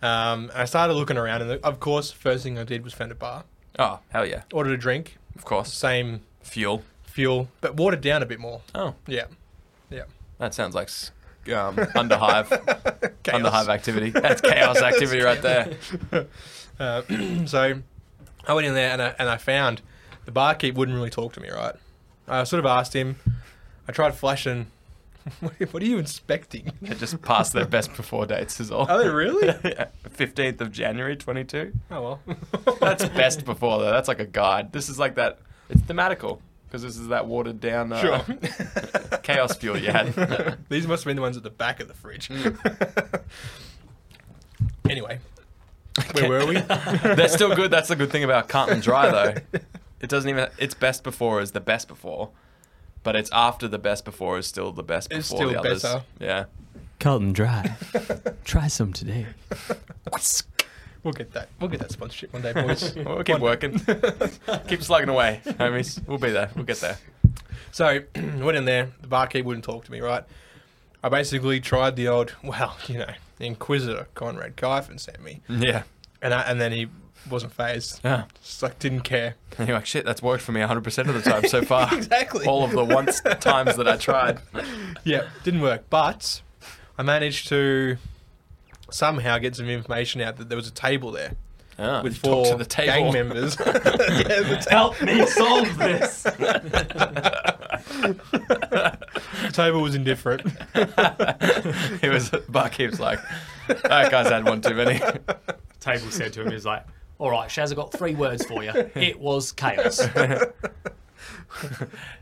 Speaker 2: Um, and I started looking around, and the, of course, first thing I did was found a bar,
Speaker 3: oh, hell yeah.
Speaker 2: ordered a drink,
Speaker 3: Of course.
Speaker 2: same
Speaker 3: Fuel.
Speaker 2: fuel, but watered down a bit more.
Speaker 3: Oh,
Speaker 2: Yeah, yeah.
Speaker 3: that sounds like s- um, underhive,
Speaker 2: Chaos.
Speaker 3: underhive activity. That's chaos activity right there.
Speaker 2: Uh, so I went in there and I, and I found the barkeep wouldn't really talk to me, right? I sort of asked him. I tried flashing. What are- what are you inspecting?
Speaker 3: They just passed their best before dates is all.
Speaker 2: Are they really?
Speaker 3: 15th of January 22.
Speaker 2: Oh well.
Speaker 3: That's best before though. That's like a guide. This is like that. It's thematical because this is that watered down uh,
Speaker 2: Sure.
Speaker 3: chaos fuel you had.
Speaker 2: These must have been the ones at the back of the fridge.
Speaker 3: Mm.
Speaker 2: anyway, where were we?
Speaker 3: They're still good. That's the good thing about Carton Dry, though. It doesn't even. It's best before is the best before, but it's after the best before is still the best before
Speaker 2: It's
Speaker 3: the
Speaker 2: still
Speaker 3: others.
Speaker 2: better.
Speaker 3: Yeah.
Speaker 4: Carlton Dry. Try some today.
Speaker 2: We'll get that. We'll get that sponsorship one day, boys.
Speaker 3: We'll keep working. keep slugging away, homies. We'll be there. We'll get there.
Speaker 2: So I went in there. The barkeep wouldn't talk to me, right? I basically tried the old, well, you know, the Inquisitor Conrad Kyphon sent me,
Speaker 3: Yeah.
Speaker 2: and I, and then he wasn't phased.
Speaker 3: Yeah.
Speaker 2: Just like didn't care.
Speaker 3: And you're like, shit, that's worked for me 100% of the time so far.
Speaker 2: Exactly.
Speaker 3: All of the once times that I tried.
Speaker 2: Yeah, didn't work. But I managed to somehow get some information out that there was a table there
Speaker 3: Ah,
Speaker 2: with
Speaker 3: you talk
Speaker 2: four
Speaker 3: to the
Speaker 2: gang
Speaker 3: table.
Speaker 2: members. Yeah, the ta-
Speaker 4: Help me solve this.
Speaker 2: the table was indifferent.
Speaker 3: it was barkeep's like that guy's had one too many.
Speaker 4: Table said to him, he was like, all right, Shaz, I've got three words for you. It was chaos.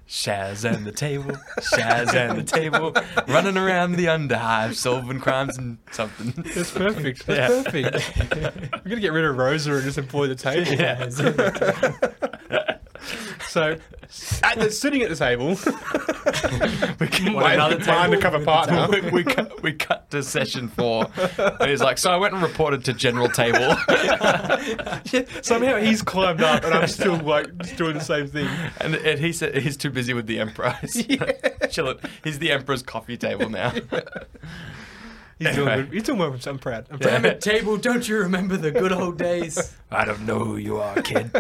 Speaker 3: Shaz and the table, Shaz and the table, running around the underhive, solving crimes and something.
Speaker 2: That's perfect. That's perfect. I'm gonna get rid of Rosa and just employ the table. So, at the, sitting at the table,
Speaker 3: We can
Speaker 2: my,
Speaker 4: another
Speaker 2: my
Speaker 4: table
Speaker 2: undercover partner.
Speaker 3: we, we, cut, we cut to session four. And he's like, So I went and reported to General Table.
Speaker 2: Somehow he's climbed up, and I'm still like just doing the same thing.
Speaker 3: and, and he said he's too busy with the Emperor. He's Chilling. He's the Emperor's coffee table now.
Speaker 2: He's doing,
Speaker 3: Anyway.
Speaker 2: good. he's doing well. I'm so- I'm proud. I'm
Speaker 4: Damn it, table, don't you remember the good old days?
Speaker 3: I don't know who you are, kid.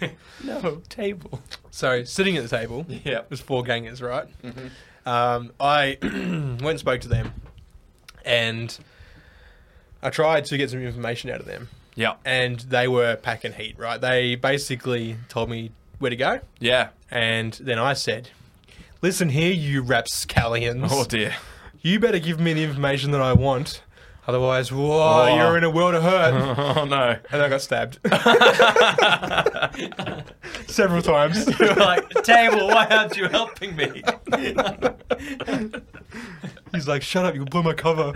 Speaker 3: no, Table.
Speaker 2: proud. So sitting at the table
Speaker 3: Yeah.
Speaker 2: was four gangers, right? Um, I went and spoke to them, and I tried to get some information out of them,
Speaker 3: Yeah.
Speaker 2: and they were packing heat, right? They basically told me where to go,
Speaker 3: Yeah.
Speaker 2: and then I said. Listen here, you rapscallions.
Speaker 3: Oh, dear.
Speaker 2: you better give me the information that I want. Otherwise, whoa,
Speaker 3: Oh.
Speaker 2: you're in a world of hurt.
Speaker 3: Oh, no.
Speaker 2: and I got stabbed. Several times.
Speaker 3: You were like, Table, why aren't you helping me?
Speaker 2: He's like, shut up, you blew my cover.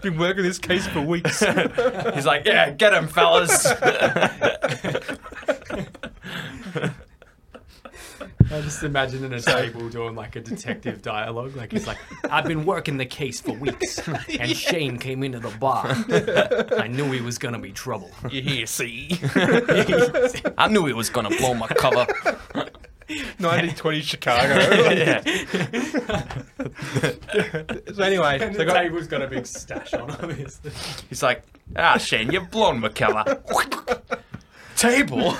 Speaker 2: Been working this case for weeks.
Speaker 3: He's like, Yeah, get him, fellas.
Speaker 4: I just imagine in a table doing like a detective dialogue. Like he's like, I've been working the case for weeks, and Shane came into the bar. I knew he was gonna be trouble.
Speaker 2: you here, see?
Speaker 3: I knew he was going to blow my cover.
Speaker 2: 1920 Chicago. so anyway, so I got,
Speaker 4: table's got a big stash on, obviously.
Speaker 3: He's like, ah, Shane, you've blown McKellar. Table?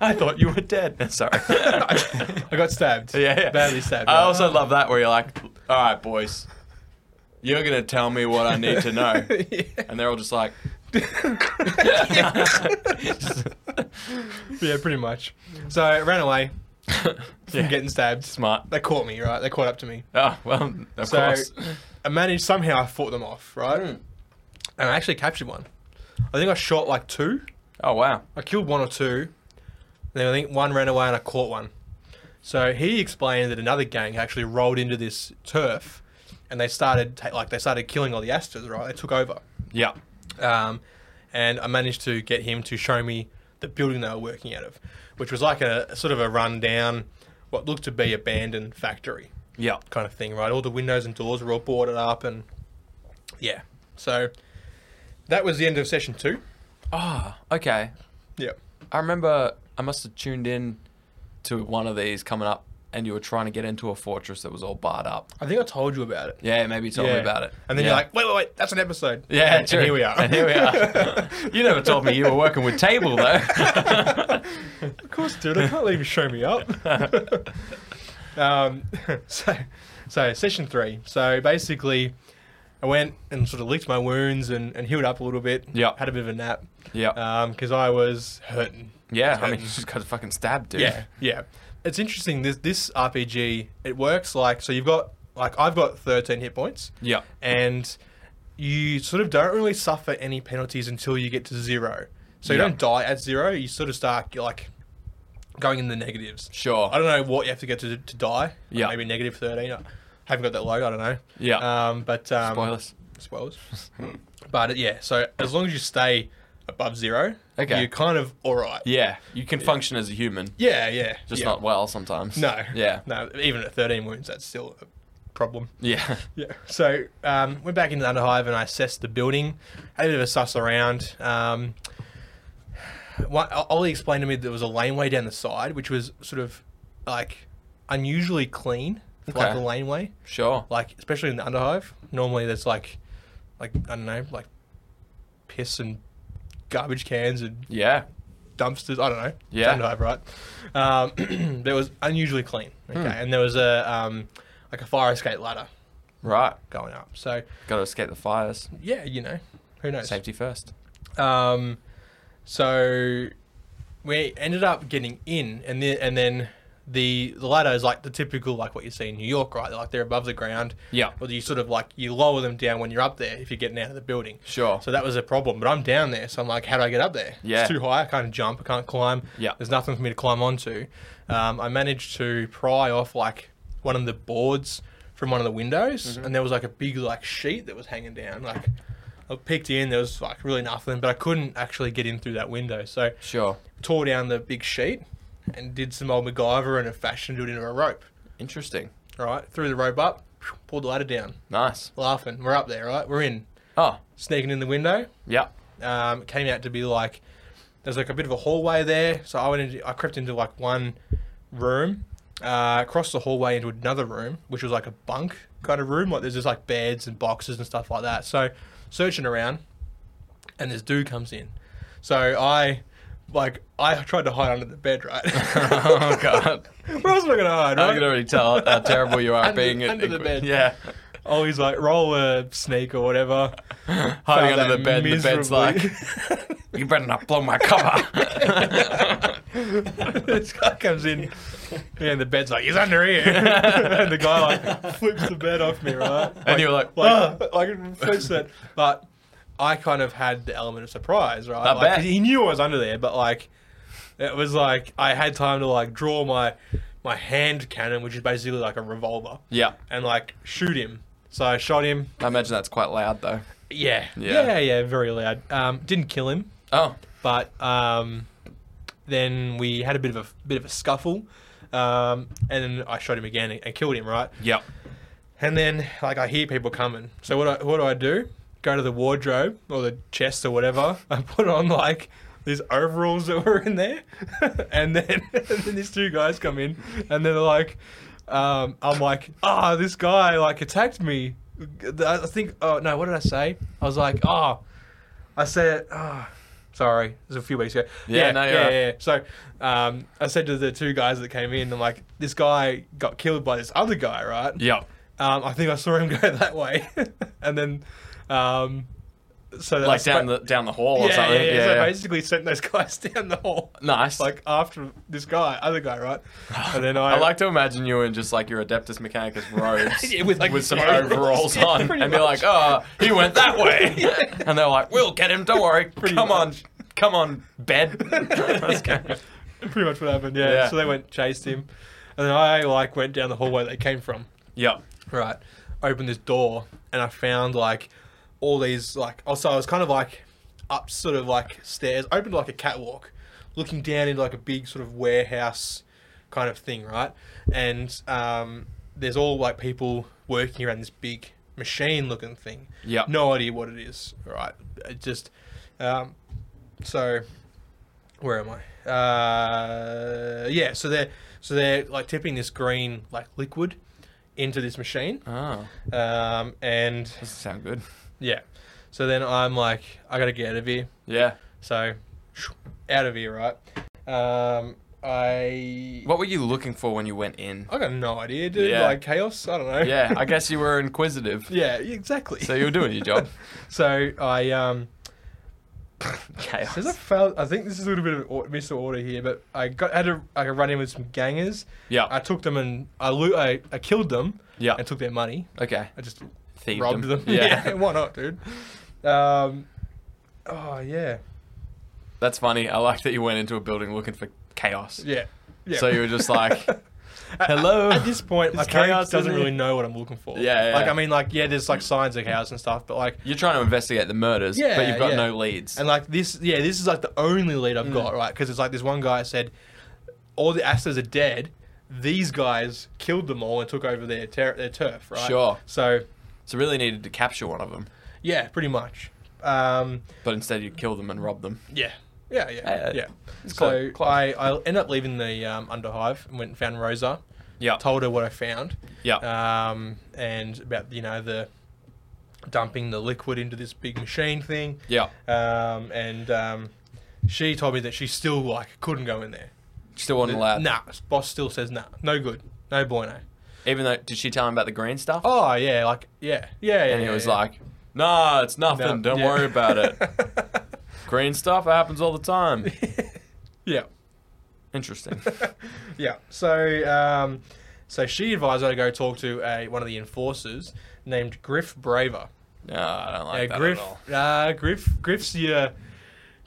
Speaker 3: I thought you were dead. Sorry. yeah,
Speaker 2: I got stabbed.
Speaker 3: yeah.
Speaker 2: Badly stabbed.
Speaker 3: I
Speaker 2: right?
Speaker 3: also love that where you're like, all right, boys, you're going to tell me what I need to know.
Speaker 2: yeah.
Speaker 3: And they're all just like,
Speaker 2: yeah, pretty much. So I ran away from
Speaker 3: Yeah.
Speaker 2: getting stabbed.
Speaker 3: smart.
Speaker 2: They caught me, right? They caught up to me.
Speaker 3: Oh, well, of
Speaker 2: So-
Speaker 3: course. Hmm.
Speaker 2: I managed somehow I fought them off, right? And I actually captured one. I think I shot like two.
Speaker 3: Oh, wow.
Speaker 2: I killed one or two. Then I think one ran away and I caught one. So he explained that another gang actually rolled into this turf, and they started ta- like they started killing all the Astors, right? They took over.
Speaker 3: Yeah.
Speaker 2: Um, and I managed to get him to show me the building they were working out of, which was like a, a sort of a rundown, what looked to be abandoned factory
Speaker 3: Yeah.
Speaker 2: kind of thing, right? All the windows and doors were all boarded up, and yeah. So that was the end of session two.
Speaker 3: Ah, okay.
Speaker 2: Yeah.
Speaker 3: I remember I must have tuned in to one of these coming up, and you were trying to get into a fortress that was all barred up.
Speaker 2: I think I told you about it.
Speaker 3: Yeah, maybe you told me about it.
Speaker 2: And then
Speaker 3: Yeah.
Speaker 2: you're like, wait, wait, wait, that's an episode.
Speaker 3: Yeah,
Speaker 2: and,
Speaker 3: true.
Speaker 2: and here we are.
Speaker 3: And here we are. you never told me you were working with Table though.
Speaker 2: of course, dude, I can't leave you show me up. um, so, so session three. So basically, I went and sort of licked my wounds and, and healed up a little bit.
Speaker 3: Yeah.
Speaker 2: Had a bit of a nap
Speaker 3: yeah,
Speaker 2: because I was hurting.
Speaker 3: yeah. I mean, you just got fucking stabbed, dude.
Speaker 2: Yeah, yeah. It's interesting. This this RPG it works like so. You've got like I've got thirteen hit points,
Speaker 3: yeah,
Speaker 2: and you sort of don't really suffer any penalties until you get to zero. So you
Speaker 3: Yeah.
Speaker 2: don't die at zero. You sort of start you're like going in the negatives.
Speaker 3: sure.
Speaker 2: I don't know what you have to get to to die. Like,
Speaker 3: Yeah.
Speaker 2: maybe negative thirteen. I haven't got that low. I don't know.
Speaker 3: yeah,
Speaker 2: Um, but um,
Speaker 3: spoilers.
Speaker 2: spoilers. but uh, yeah, so as long as you stay above zero,
Speaker 3: Okay.
Speaker 2: you're kind of all right.
Speaker 3: Yeah, you can function as a human,
Speaker 2: Yeah, yeah.
Speaker 3: just
Speaker 2: yeah.
Speaker 3: not well sometimes.
Speaker 2: No.
Speaker 3: Yeah.
Speaker 2: No, even at 13 wounds, that's still a problem.
Speaker 3: Yeah.
Speaker 2: Yeah. So, um, went back into the Underhive and I assessed the building, had a bit of a suss around. Um, one- O- Ollie explained to me there was a laneway down the side, which was sort of like unusually clean, for like
Speaker 3: Okay.
Speaker 2: a laneway.
Speaker 3: Sure.
Speaker 2: Like, especially in the Underhive, normally there's like, like I don't know, like piss and garbage cans and
Speaker 3: Yeah.
Speaker 2: dumpsters. I don't know.
Speaker 3: Yeah.
Speaker 2: Don't know, right?
Speaker 3: Hmm.
Speaker 2: Um, that was unusually clean. Okay, and there was a um, like a fire escape ladder
Speaker 3: Right.
Speaker 2: going up. So
Speaker 3: Got to escape the fires.
Speaker 2: yeah, you know, who knows?
Speaker 3: Safety first.
Speaker 2: Um, so we ended up getting in, and then and then the the ladder is like the typical like what you see in New York, right? Like they're above the ground.
Speaker 3: Yeah.
Speaker 2: Or you sort of like you lower them down when you're up there if you're getting out of the building.
Speaker 3: Sure.
Speaker 2: So that was a problem, but I'm down there, so I'm like, how do I get up there?
Speaker 3: Yeah.
Speaker 2: It's too high. I can't jump. I can't climb.
Speaker 3: Yeah.
Speaker 2: There's nothing for me to climb onto. Um, I managed to pry off like one of the boards from one of the windows, and there was like a big like sheet that was hanging down. Like I peeked in, there was like really nothing, but I couldn't actually get in through that window. So
Speaker 3: Sure.
Speaker 2: tore down the big sheet and did some old MacGyver and fashioned it into a rope.
Speaker 3: Interesting.
Speaker 2: All right, threw the rope up, pulled the ladder down,
Speaker 3: Nice.
Speaker 2: laughing. We're up there, right? We're in,
Speaker 3: Oh,
Speaker 2: sneaking in the window
Speaker 3: yeah.
Speaker 2: um, it came out to be like there's like a bit of a hallway there. So I went into, I crept into like one room, uh, crossed the hallway into another room, which was like a bunk kind of room. Like there's just like beds and boxes and stuff like that. So searching around, and this dude comes in. So I. Like I tried to hide under the bed, right?
Speaker 3: Oh God.
Speaker 2: Where else am I gonna hide?
Speaker 3: I
Speaker 2: Right?
Speaker 3: can already tell how terrible you are at
Speaker 2: Under-
Speaker 3: being at-
Speaker 2: under the bed.
Speaker 3: Yeah.
Speaker 2: Oh, he's like roll a snake or whatever.
Speaker 3: Hiding
Speaker 2: Found
Speaker 3: under the
Speaker 2: that
Speaker 3: bed. The bed's
Speaker 2: miserably.
Speaker 3: like, you better not blow my cover.
Speaker 2: this guy comes in, and the bed's like, he's under here. and the guy like flips the bed off me, right?
Speaker 3: and you were like, "Ah."
Speaker 2: like, like, like flips it. But I kind of had the element of surprise, right?
Speaker 3: I
Speaker 2: Like,
Speaker 3: bet.
Speaker 2: he knew I was under there, but like, it was like I had time to like draw my my hand cannon, which is basically like a revolver,
Speaker 3: yeah.
Speaker 2: and like shoot him. So I shot him.
Speaker 3: I imagine that's quite loud though.
Speaker 2: Yeah, yeah,
Speaker 3: Yeah.
Speaker 2: yeah, very loud. Um, didn't kill him
Speaker 3: Oh,
Speaker 2: but um, then we had a bit of a bit of a scuffle, um, and then I shot him again and, and killed him, right?
Speaker 3: yeah.
Speaker 2: And then like I hear people coming, so what I, what do I do? Go to the wardrobe or the chest or whatever. I put on like these overalls that were in there, and then and then these two guys come in, and they're like, um, I'm like, ah, this guy like attacked me. I think, oh no, what did I say? I was like, ah. I said, ah, sorry, it was a few weeks ago.
Speaker 3: Yeah, no, you're
Speaker 2: yeah,
Speaker 3: right.
Speaker 2: yeah. So um, I said to the two guys that came in, I'm like, this guy got killed by this other guy, right?
Speaker 3: Yeah.
Speaker 2: Um, I think I saw him go that way, and then, um, so that I
Speaker 3: Like
Speaker 2: sp-
Speaker 3: down the down the hall
Speaker 2: yeah,
Speaker 3: or something.
Speaker 2: yeah, yeah. So I
Speaker 3: yeah.
Speaker 2: basically sent those guys down the hall,
Speaker 3: Nice.
Speaker 2: like after this guy, other guy, right? And then I,
Speaker 3: I like to imagine you in just like your Adeptus Mechanicus robes
Speaker 2: Yeah,
Speaker 3: with,
Speaker 2: with, like,
Speaker 3: some
Speaker 2: overalls.
Speaker 3: overalls
Speaker 2: Yeah,
Speaker 3: on
Speaker 2: pretty
Speaker 3: and be like, oh, he went that way. And they're like, we'll get him, don't worry.
Speaker 2: much.
Speaker 3: come on, come on, bed. Let's go.
Speaker 2: pretty much what happened. Yeah.
Speaker 3: Yeah.
Speaker 2: So they went chased him, and then I like went down the hallway they came from.
Speaker 3: Yep.
Speaker 2: right, opened this door and I found like all these like oh so I was kind of like up sort of like stairs, opened like a catwalk, looking down into like a big sort of warehouse kind of thing, right? And um, there's all like people working around this big machine looking thing.
Speaker 3: Yep.
Speaker 2: No idea what it is, right? It just um, so where am I? Uh, yeah, so they're so they're like tipping this green like liquid into this machine,
Speaker 3: Oh,
Speaker 2: um, and
Speaker 3: doesn't sound good.
Speaker 2: yeah, so then I'm like, I gotta get out of here.
Speaker 3: Yeah.
Speaker 2: So out of here, right? Um, I
Speaker 3: What were you looking for when you went in?
Speaker 2: I got no idea, dude.
Speaker 3: Yeah.
Speaker 2: Like chaos, I don't know.
Speaker 3: Yeah, I guess you were inquisitive.
Speaker 2: yeah, exactly.
Speaker 3: So you were doing your job.
Speaker 2: so I um.
Speaker 3: Chaos.
Speaker 2: There's a fail. I think this is a little bit of or- misorder here, but I got had a, like a run in with some gangers.
Speaker 3: Yeah.
Speaker 2: I took them and I lo- I, I killed them.
Speaker 3: Yeah.
Speaker 2: And took their money.
Speaker 3: Okay.
Speaker 2: I just
Speaker 3: Thieved
Speaker 2: robbed them.
Speaker 3: Yeah.
Speaker 2: Why not, dude? Um. Oh yeah.
Speaker 3: That's funny. I like that you went into a building looking for chaos.
Speaker 2: Yeah. Yeah.
Speaker 3: So you were just like,
Speaker 2: hello. At this point, my
Speaker 3: There's
Speaker 2: character
Speaker 3: chaos in
Speaker 2: doesn't
Speaker 3: here.
Speaker 2: really know what I'm looking for.
Speaker 3: Yeah, yeah,
Speaker 2: Like
Speaker 3: yeah.
Speaker 2: I mean, like yeah, there's like signs of chaos and stuff, but like
Speaker 3: you're trying to investigate the murders, but
Speaker 2: Yeah,
Speaker 3: you've got
Speaker 2: yeah.
Speaker 3: no leads.
Speaker 2: And like this, yeah, this is like the only lead
Speaker 3: Mm.
Speaker 2: I've got, right? Because it's like this one guy said, all the Astros are dead. These guys killed them all and took over their ter- their turf, right?
Speaker 3: Sure.
Speaker 2: So
Speaker 3: So really needed to capture one of them,
Speaker 2: yeah, pretty much. Um,
Speaker 3: but instead you kill them and rob them.
Speaker 2: yeah, yeah, yeah,
Speaker 3: Hey, uh,
Speaker 2: yeah.
Speaker 3: it's
Speaker 2: So
Speaker 3: close.
Speaker 2: I I ended up leaving the um, underhive and went and found Rosa.
Speaker 3: Yeah.
Speaker 2: Told her what I found.
Speaker 3: Yeah.
Speaker 2: Um, and about you know the dumping the liquid into this big machine thing.
Speaker 3: yeah.
Speaker 2: um, and um, she told me that she still like couldn't go in there.
Speaker 3: Still wasn't allowed.
Speaker 2: Nah, boss still says nah, no good, no bueno.
Speaker 3: Even though, did she tell him about the green stuff?
Speaker 2: Oh yeah, like yeah, yeah, yeah.
Speaker 3: and he
Speaker 2: yeah,
Speaker 3: was
Speaker 2: yeah.
Speaker 3: like, "Nah, it's nothing.
Speaker 2: No,
Speaker 3: Don't
Speaker 2: yeah.
Speaker 3: worry about it. green stuff happens all the time."
Speaker 2: yeah,
Speaker 3: Interesting.
Speaker 2: yeah. So, um, so she advised her to go talk to a one of the enforcers named Griff Braver.
Speaker 3: No, I don't like
Speaker 2: Yeah,
Speaker 3: that
Speaker 2: Griff,
Speaker 3: at all.
Speaker 2: uh, Griff, Griff's your,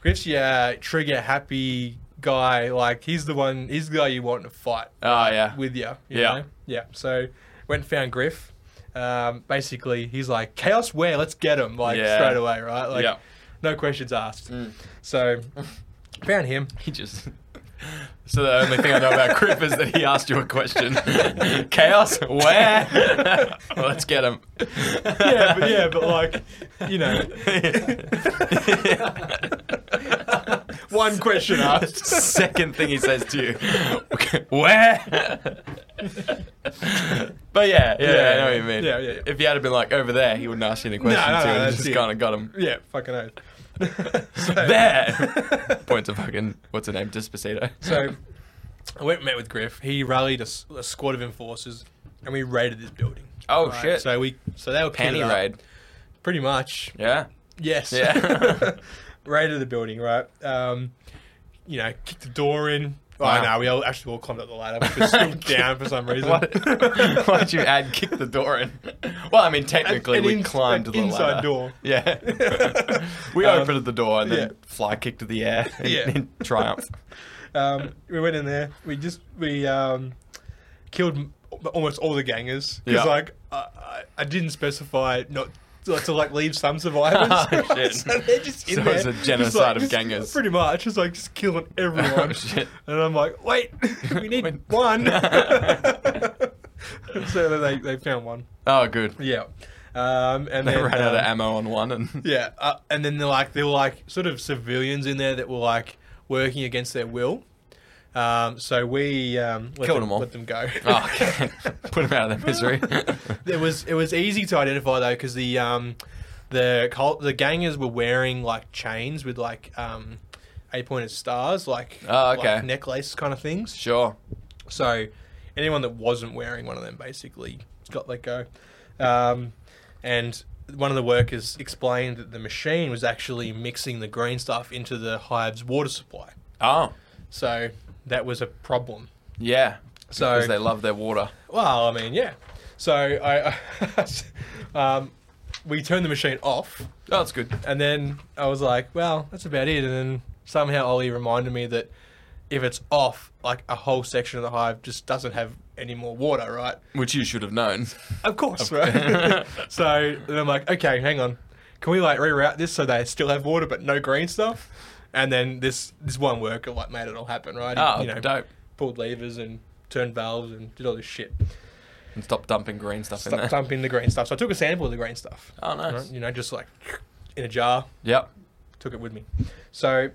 Speaker 2: Griff's your trigger happy guy. Like he's the one, he's the guy you want to fight.
Speaker 3: Oh yeah.
Speaker 2: with you. you
Speaker 3: Yeah.
Speaker 2: know? Yeah. So went and found Griff. Um, basically, he's like, Chaos where? Let's get him. Like,
Speaker 3: Yeah.
Speaker 2: straight away, right? Like,
Speaker 3: Yeah. Mm.
Speaker 2: no questions asked. So, found him.
Speaker 3: He just. So the only thing I know about Griff is that he asked you a question. Chaos, where? Let's get him.
Speaker 2: Yeah, but, yeah, but like, you know, one question asked.
Speaker 3: Second thing he says to you, where? but yeah, yeah, I know what you mean.
Speaker 2: Yeah, yeah, yeah.
Speaker 3: If you had been like over there, he wouldn't ask you any
Speaker 2: no,
Speaker 3: questions. he
Speaker 2: no,
Speaker 3: would
Speaker 2: that's
Speaker 3: just
Speaker 2: it.
Speaker 3: kind of got him
Speaker 2: Yeah, fucking oath. So-
Speaker 3: there. Point to fucking what's her name, Despacito.
Speaker 2: So I went and met with Griff. He rallied a, s- a squad of enforcers, and we raided this building.
Speaker 3: oh
Speaker 2: right?
Speaker 3: shit,
Speaker 2: So we so they were kitted
Speaker 3: panty
Speaker 2: up,
Speaker 3: raid.
Speaker 2: pretty much.
Speaker 3: Yeah,
Speaker 2: Yes.
Speaker 3: Yeah.
Speaker 2: raided the building, right? Um, you know, kicked the door in.
Speaker 3: Wow.
Speaker 2: Oh no, we all actually all climbed up the ladder, which was still down for some reason.
Speaker 3: Why, why did you add kick the door in? Well, I mean, technically,
Speaker 2: An
Speaker 3: we
Speaker 2: ins-
Speaker 3: climbed
Speaker 2: an
Speaker 3: the
Speaker 2: inside
Speaker 3: ladder.
Speaker 2: door.
Speaker 3: Yeah. we
Speaker 2: Um,
Speaker 3: opened the door and then
Speaker 2: yeah.
Speaker 3: fly kicked to the air in,
Speaker 2: Yeah.
Speaker 3: in triumph.
Speaker 2: um, we went in there. We just we um, killed m- almost all the gangers
Speaker 3: Yeah.
Speaker 2: because like I, I, I didn't specify not. To, to, like leave some survivors,
Speaker 3: Oh, shit.
Speaker 2: so they're just in
Speaker 3: So
Speaker 2: there.
Speaker 3: it's a
Speaker 2: just,
Speaker 3: genocide
Speaker 2: like,
Speaker 3: of
Speaker 2: just-
Speaker 3: gangers.
Speaker 2: pretty much. Just like just killing everyone.
Speaker 3: Oh, shit.
Speaker 2: And I'm like, wait, we need
Speaker 3: Wait.
Speaker 2: one. so then they, they found one.
Speaker 3: Oh, good.
Speaker 2: Yeah, um, and
Speaker 3: They
Speaker 2: then,
Speaker 3: ran out of
Speaker 2: um,
Speaker 3: ammo on one, and
Speaker 2: yeah, uh, and then they're like they were like sort of civilians in there that were like working against their will. Um, so we um, let
Speaker 3: Killed
Speaker 2: them,
Speaker 3: them all.
Speaker 2: Let them go.
Speaker 3: oh, okay. put them out of their misery.
Speaker 2: it was it was easy to identify though because the um, the cult, the gangers were wearing like chains with like um, eight pointed stars, like
Speaker 3: Oh, okay.
Speaker 2: like necklace kind of things.
Speaker 3: sure.
Speaker 2: So anyone that wasn't wearing one of them basically got let go. Um, and one of the workers explained that the machine was actually mixing the green stuff into the hive's water supply.
Speaker 3: Oh,
Speaker 2: So that was a problem.
Speaker 3: yeah.
Speaker 2: So
Speaker 3: Because they love their water.
Speaker 2: well, I mean, yeah. So I, um, we turned the machine off,
Speaker 3: Oh, that's good.
Speaker 2: and then I was like, well, that's about it. And then somehow Ollie reminded me that if it's off, like a whole section of the hive just doesn't have any more water, right?
Speaker 3: Which you should have known.
Speaker 2: Of course, right? so then I'm like, okay, hang on. Can we like reroute this so they still have water but no green stuff? And then this this one worker like made it all happen, right? He,
Speaker 3: Oh, dope.
Speaker 2: pulled levers and turned valves and did all this shit.
Speaker 3: And stop dumping green stuff in there.
Speaker 2: Stop dumping the green stuff. So I took a sample of the green stuff.
Speaker 3: Oh, nice.
Speaker 2: right? You know, just like in a jar,
Speaker 3: Yep.
Speaker 2: took it with me. So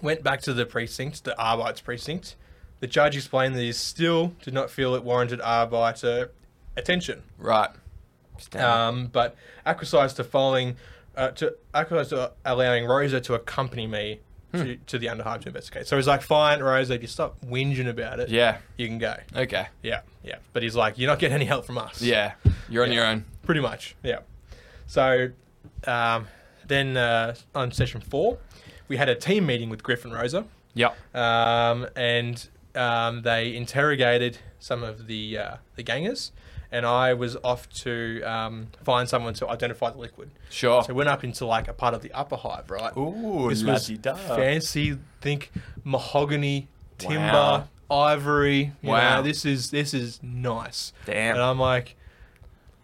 Speaker 2: went back to the precinct, the Arbites precinct. The judge explained that he still did not feel it warranted Arbiter attention.
Speaker 3: Right. Stand up.
Speaker 2: Um, but acquiesced to following, uh, to acquiesced to allowing Rosa to accompany me
Speaker 3: Hmm.
Speaker 2: to, to the underhive to investigate. So he's like, "Fine, Rosa, if you stop whinging about it,
Speaker 3: yeah.
Speaker 2: you can go."
Speaker 3: Okay.
Speaker 2: Yeah, yeah. But he's like, "You're not getting any help from us."
Speaker 3: Yeah. You're on your own.
Speaker 2: pretty much. Yeah. So um, then uh, on session four, we had a team meeting with Griff and Rosa,
Speaker 3: Yep.
Speaker 2: um, and um, they interrogated some of the uh, the gangers. And I was off to um, find someone to identify the liquid.
Speaker 3: Sure.
Speaker 2: So went up into like a part of the upper hive, right?
Speaker 3: Ooh,
Speaker 2: this was
Speaker 3: la-di-da.
Speaker 2: fancy. Think mahogany, timber,
Speaker 3: Wow.
Speaker 2: ivory. You
Speaker 3: Wow.
Speaker 2: know, this is this is nice.
Speaker 3: Damn.
Speaker 2: And I'm like,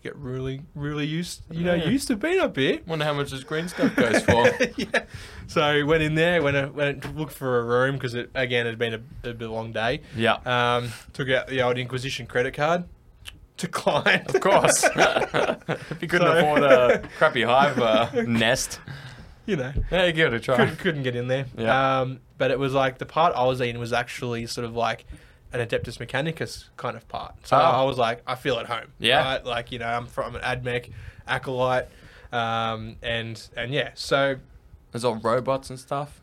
Speaker 2: get really, really used, you know,
Speaker 3: Yeah.
Speaker 2: used to being up here.
Speaker 3: Wonder how much this green stuff goes for.
Speaker 2: yeah. So went in there, went uh, went to look for a room because it again had been a, a bit long day.
Speaker 3: yeah.
Speaker 2: Um, took out the old Inquisition credit card. Declined.
Speaker 3: of course. if you couldn't
Speaker 2: So-
Speaker 3: afford a crappy hive uh, nest,
Speaker 2: you know.
Speaker 3: yeah, you give it a try.
Speaker 2: couldn't, couldn't get in there.
Speaker 3: Yeah.
Speaker 2: Um, but it was like the part I was in was actually sort of like an Adeptus Mechanicus kind of part. So
Speaker 3: Oh.
Speaker 2: I was like, I feel at home.
Speaker 3: Yeah.
Speaker 2: Right? Like, you know, I'm from an AdMech acolyte. Um, and, and yeah, so
Speaker 3: There's all robots and stuff.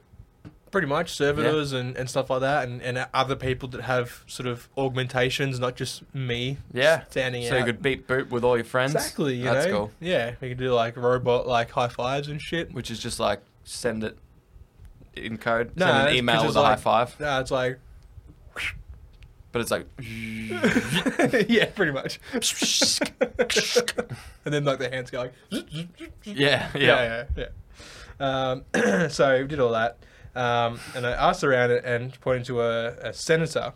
Speaker 2: pretty much servitors and, and stuff like that, and, and other people that have sort of augmentations, not just me.
Speaker 3: Yeah.
Speaker 2: standing
Speaker 3: so
Speaker 2: out.
Speaker 3: you could beat boot with all your friends.
Speaker 2: exactly. You
Speaker 3: That's
Speaker 2: know?
Speaker 3: cool.
Speaker 2: Yeah, we could do like robot like high fives and shit.
Speaker 3: Which is just like send it in code,
Speaker 2: No,
Speaker 3: send
Speaker 2: it's
Speaker 3: an
Speaker 2: 'cause
Speaker 3: email
Speaker 2: it's
Speaker 3: with a
Speaker 2: like- uh,
Speaker 3: high five.
Speaker 2: No, it's like
Speaker 3: But it's like
Speaker 2: yeah, pretty much. and then like the hands go like
Speaker 3: yeah, yeah.
Speaker 2: yeah, yeah. yeah. Um, so we did all that, um, and I asked around it and pointed to a, a senator.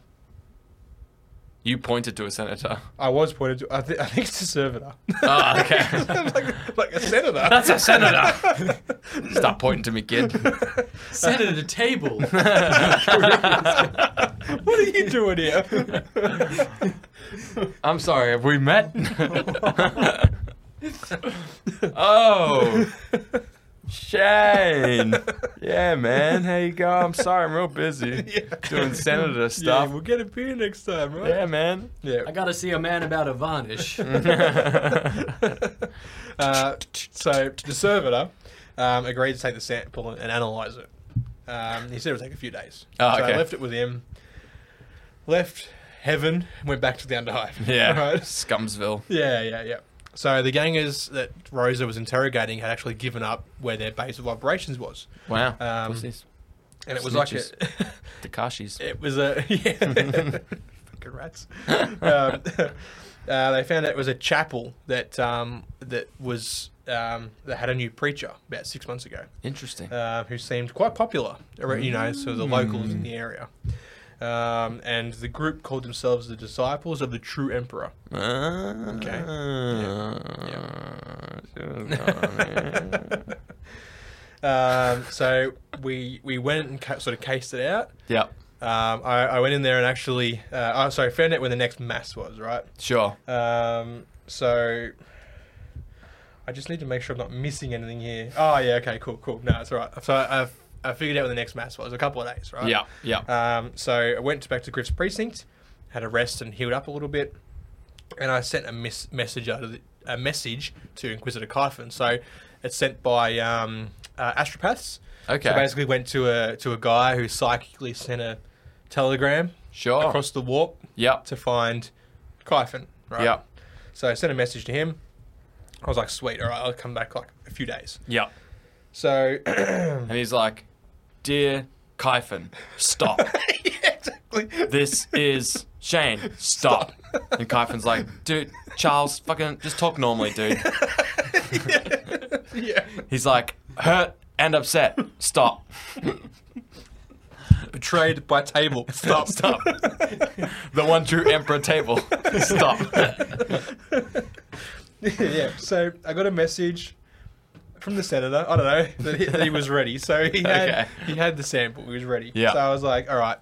Speaker 3: You pointed to a senator.
Speaker 2: I was pointed to. I, th- I think it's a servitor.
Speaker 3: Oh, okay.
Speaker 2: like, like a senator.
Speaker 3: That's a senator. Stop pointing to me, kid.
Speaker 4: Set it at a table.
Speaker 2: what are you doing here?
Speaker 3: I'm sorry, have we met? oh, Shane. Yeah, man. How you go? I'm sorry, I'm real busy
Speaker 2: Yeah.
Speaker 3: doing senator
Speaker 2: yeah,
Speaker 3: stuff.
Speaker 2: we'll get a beer next time, right?
Speaker 3: Yeah, man.
Speaker 2: Yeah.
Speaker 4: I gotta see a man about a varnish.
Speaker 2: Uh, so the servitor um, agreed to take the sample and, and analyze it. Um, he said it would take a few days.
Speaker 3: Oh,
Speaker 2: so
Speaker 3: okay.
Speaker 2: I left it with him. Left heaven, went back to the underhive.
Speaker 3: Yeah.
Speaker 2: Right?
Speaker 3: Scumsville.
Speaker 2: Yeah, yeah, yeah. So the gangers that Rosa was interrogating had actually given up where their base of operations was,
Speaker 3: Wow.
Speaker 2: Um,
Speaker 3: Pussies.
Speaker 2: and it was like a,
Speaker 3: Takashis.
Speaker 2: it was a yeah, fucking rats. um, uh, they found out it was a chapel that um, that was um, that had a new preacher about six months ago,
Speaker 3: Interesting.
Speaker 2: uh, who seemed quite popular, ar- you know, so the locals in the area. Um, and the group called themselves the Disciples of the True Emperor.
Speaker 3: okay.
Speaker 2: Um, so we we went and ca- sort of cased it out.
Speaker 3: yep.
Speaker 2: Um, I, I went in there and actually, uh, oh, sorry, found out when the next mass was, right?
Speaker 3: Sure.
Speaker 2: Um, so I just need to make sure I'm not missing anything here. Oh, yeah, okay, cool, cool. No, it's all right. So I, I, I figured out when the next mass was, a couple of days, right?
Speaker 3: Yeah. Yeah.
Speaker 2: Um, so I went back to Griff's precinct, had a rest and healed up a little bit, and I sent a mes- message out of the, a message to Inquisitor Kyphon. So it's sent by um, uh, astropaths.
Speaker 3: Okay.
Speaker 2: So basically, went to a to a guy who psychically sent a telegram
Speaker 3: Sure.
Speaker 2: across the warp
Speaker 3: Yep.
Speaker 2: to find Kyphon. Right.
Speaker 3: Yep.
Speaker 2: So I sent a message to him. I was like, sweet, all right, I'll come back like a few days.
Speaker 3: Yep.
Speaker 2: So
Speaker 3: And he's like, Dear Kyphon, stop.
Speaker 2: exactly.
Speaker 3: This is Shane. Stop. And Kyphon's like, dude, Charles, fucking just talk normally, dude.
Speaker 2: yeah.
Speaker 3: He's like, hurt and upset. Stop.
Speaker 2: Betrayed by table. Stop.
Speaker 3: Stop. The one true emperor table. Stop.
Speaker 2: yeah. So I got a message from the senator. I don't know that he, that he was ready. So he had
Speaker 3: Okay.
Speaker 2: he had the sample. He was ready.
Speaker 3: Yeah.
Speaker 2: So I was like, all right,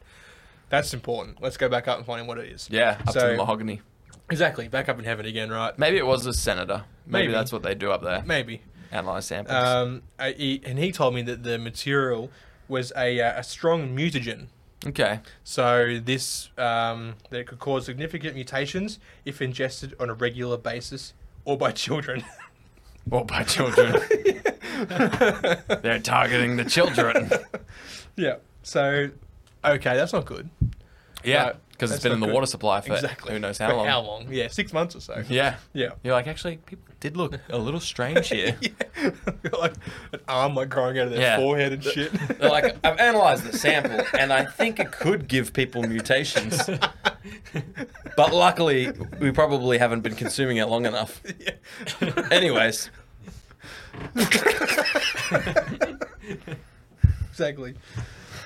Speaker 2: that's important. Let's go back up and find out what it is.
Speaker 3: Yeah, up to
Speaker 2: So-
Speaker 3: the mahogany.
Speaker 2: Exactly. Back up in heaven again, right?
Speaker 3: Maybe it was a senator. Maybe,
Speaker 2: Maybe.
Speaker 3: that's what they do up there.
Speaker 2: Maybe.
Speaker 3: Analyze samples.
Speaker 2: Um, I, he, and he told me that the material was a, uh, a strong mutagen.
Speaker 3: okay.
Speaker 2: So this um, that it could cause significant mutations if ingested on a regular basis or by children.
Speaker 3: Or by children. They're targeting the children.
Speaker 2: yeah. So, okay, that's not good.
Speaker 3: Yeah,
Speaker 2: Right.
Speaker 3: because
Speaker 2: That's
Speaker 3: it's been
Speaker 2: not
Speaker 3: in the
Speaker 2: good.
Speaker 3: water supply for who knows how
Speaker 2: For
Speaker 3: long.
Speaker 2: How long? Yeah, six months or so.
Speaker 3: Yeah.
Speaker 2: Yeah.
Speaker 3: You're like, actually, people did look a little strange here.
Speaker 2: Got, like an arm like growing out of their
Speaker 3: Yeah.
Speaker 2: forehead and shit.
Speaker 3: They're like, I've analysed the sample and I think it could give people mutations. But luckily, we probably haven't been consuming it long enough. Anyways,
Speaker 2: exactly.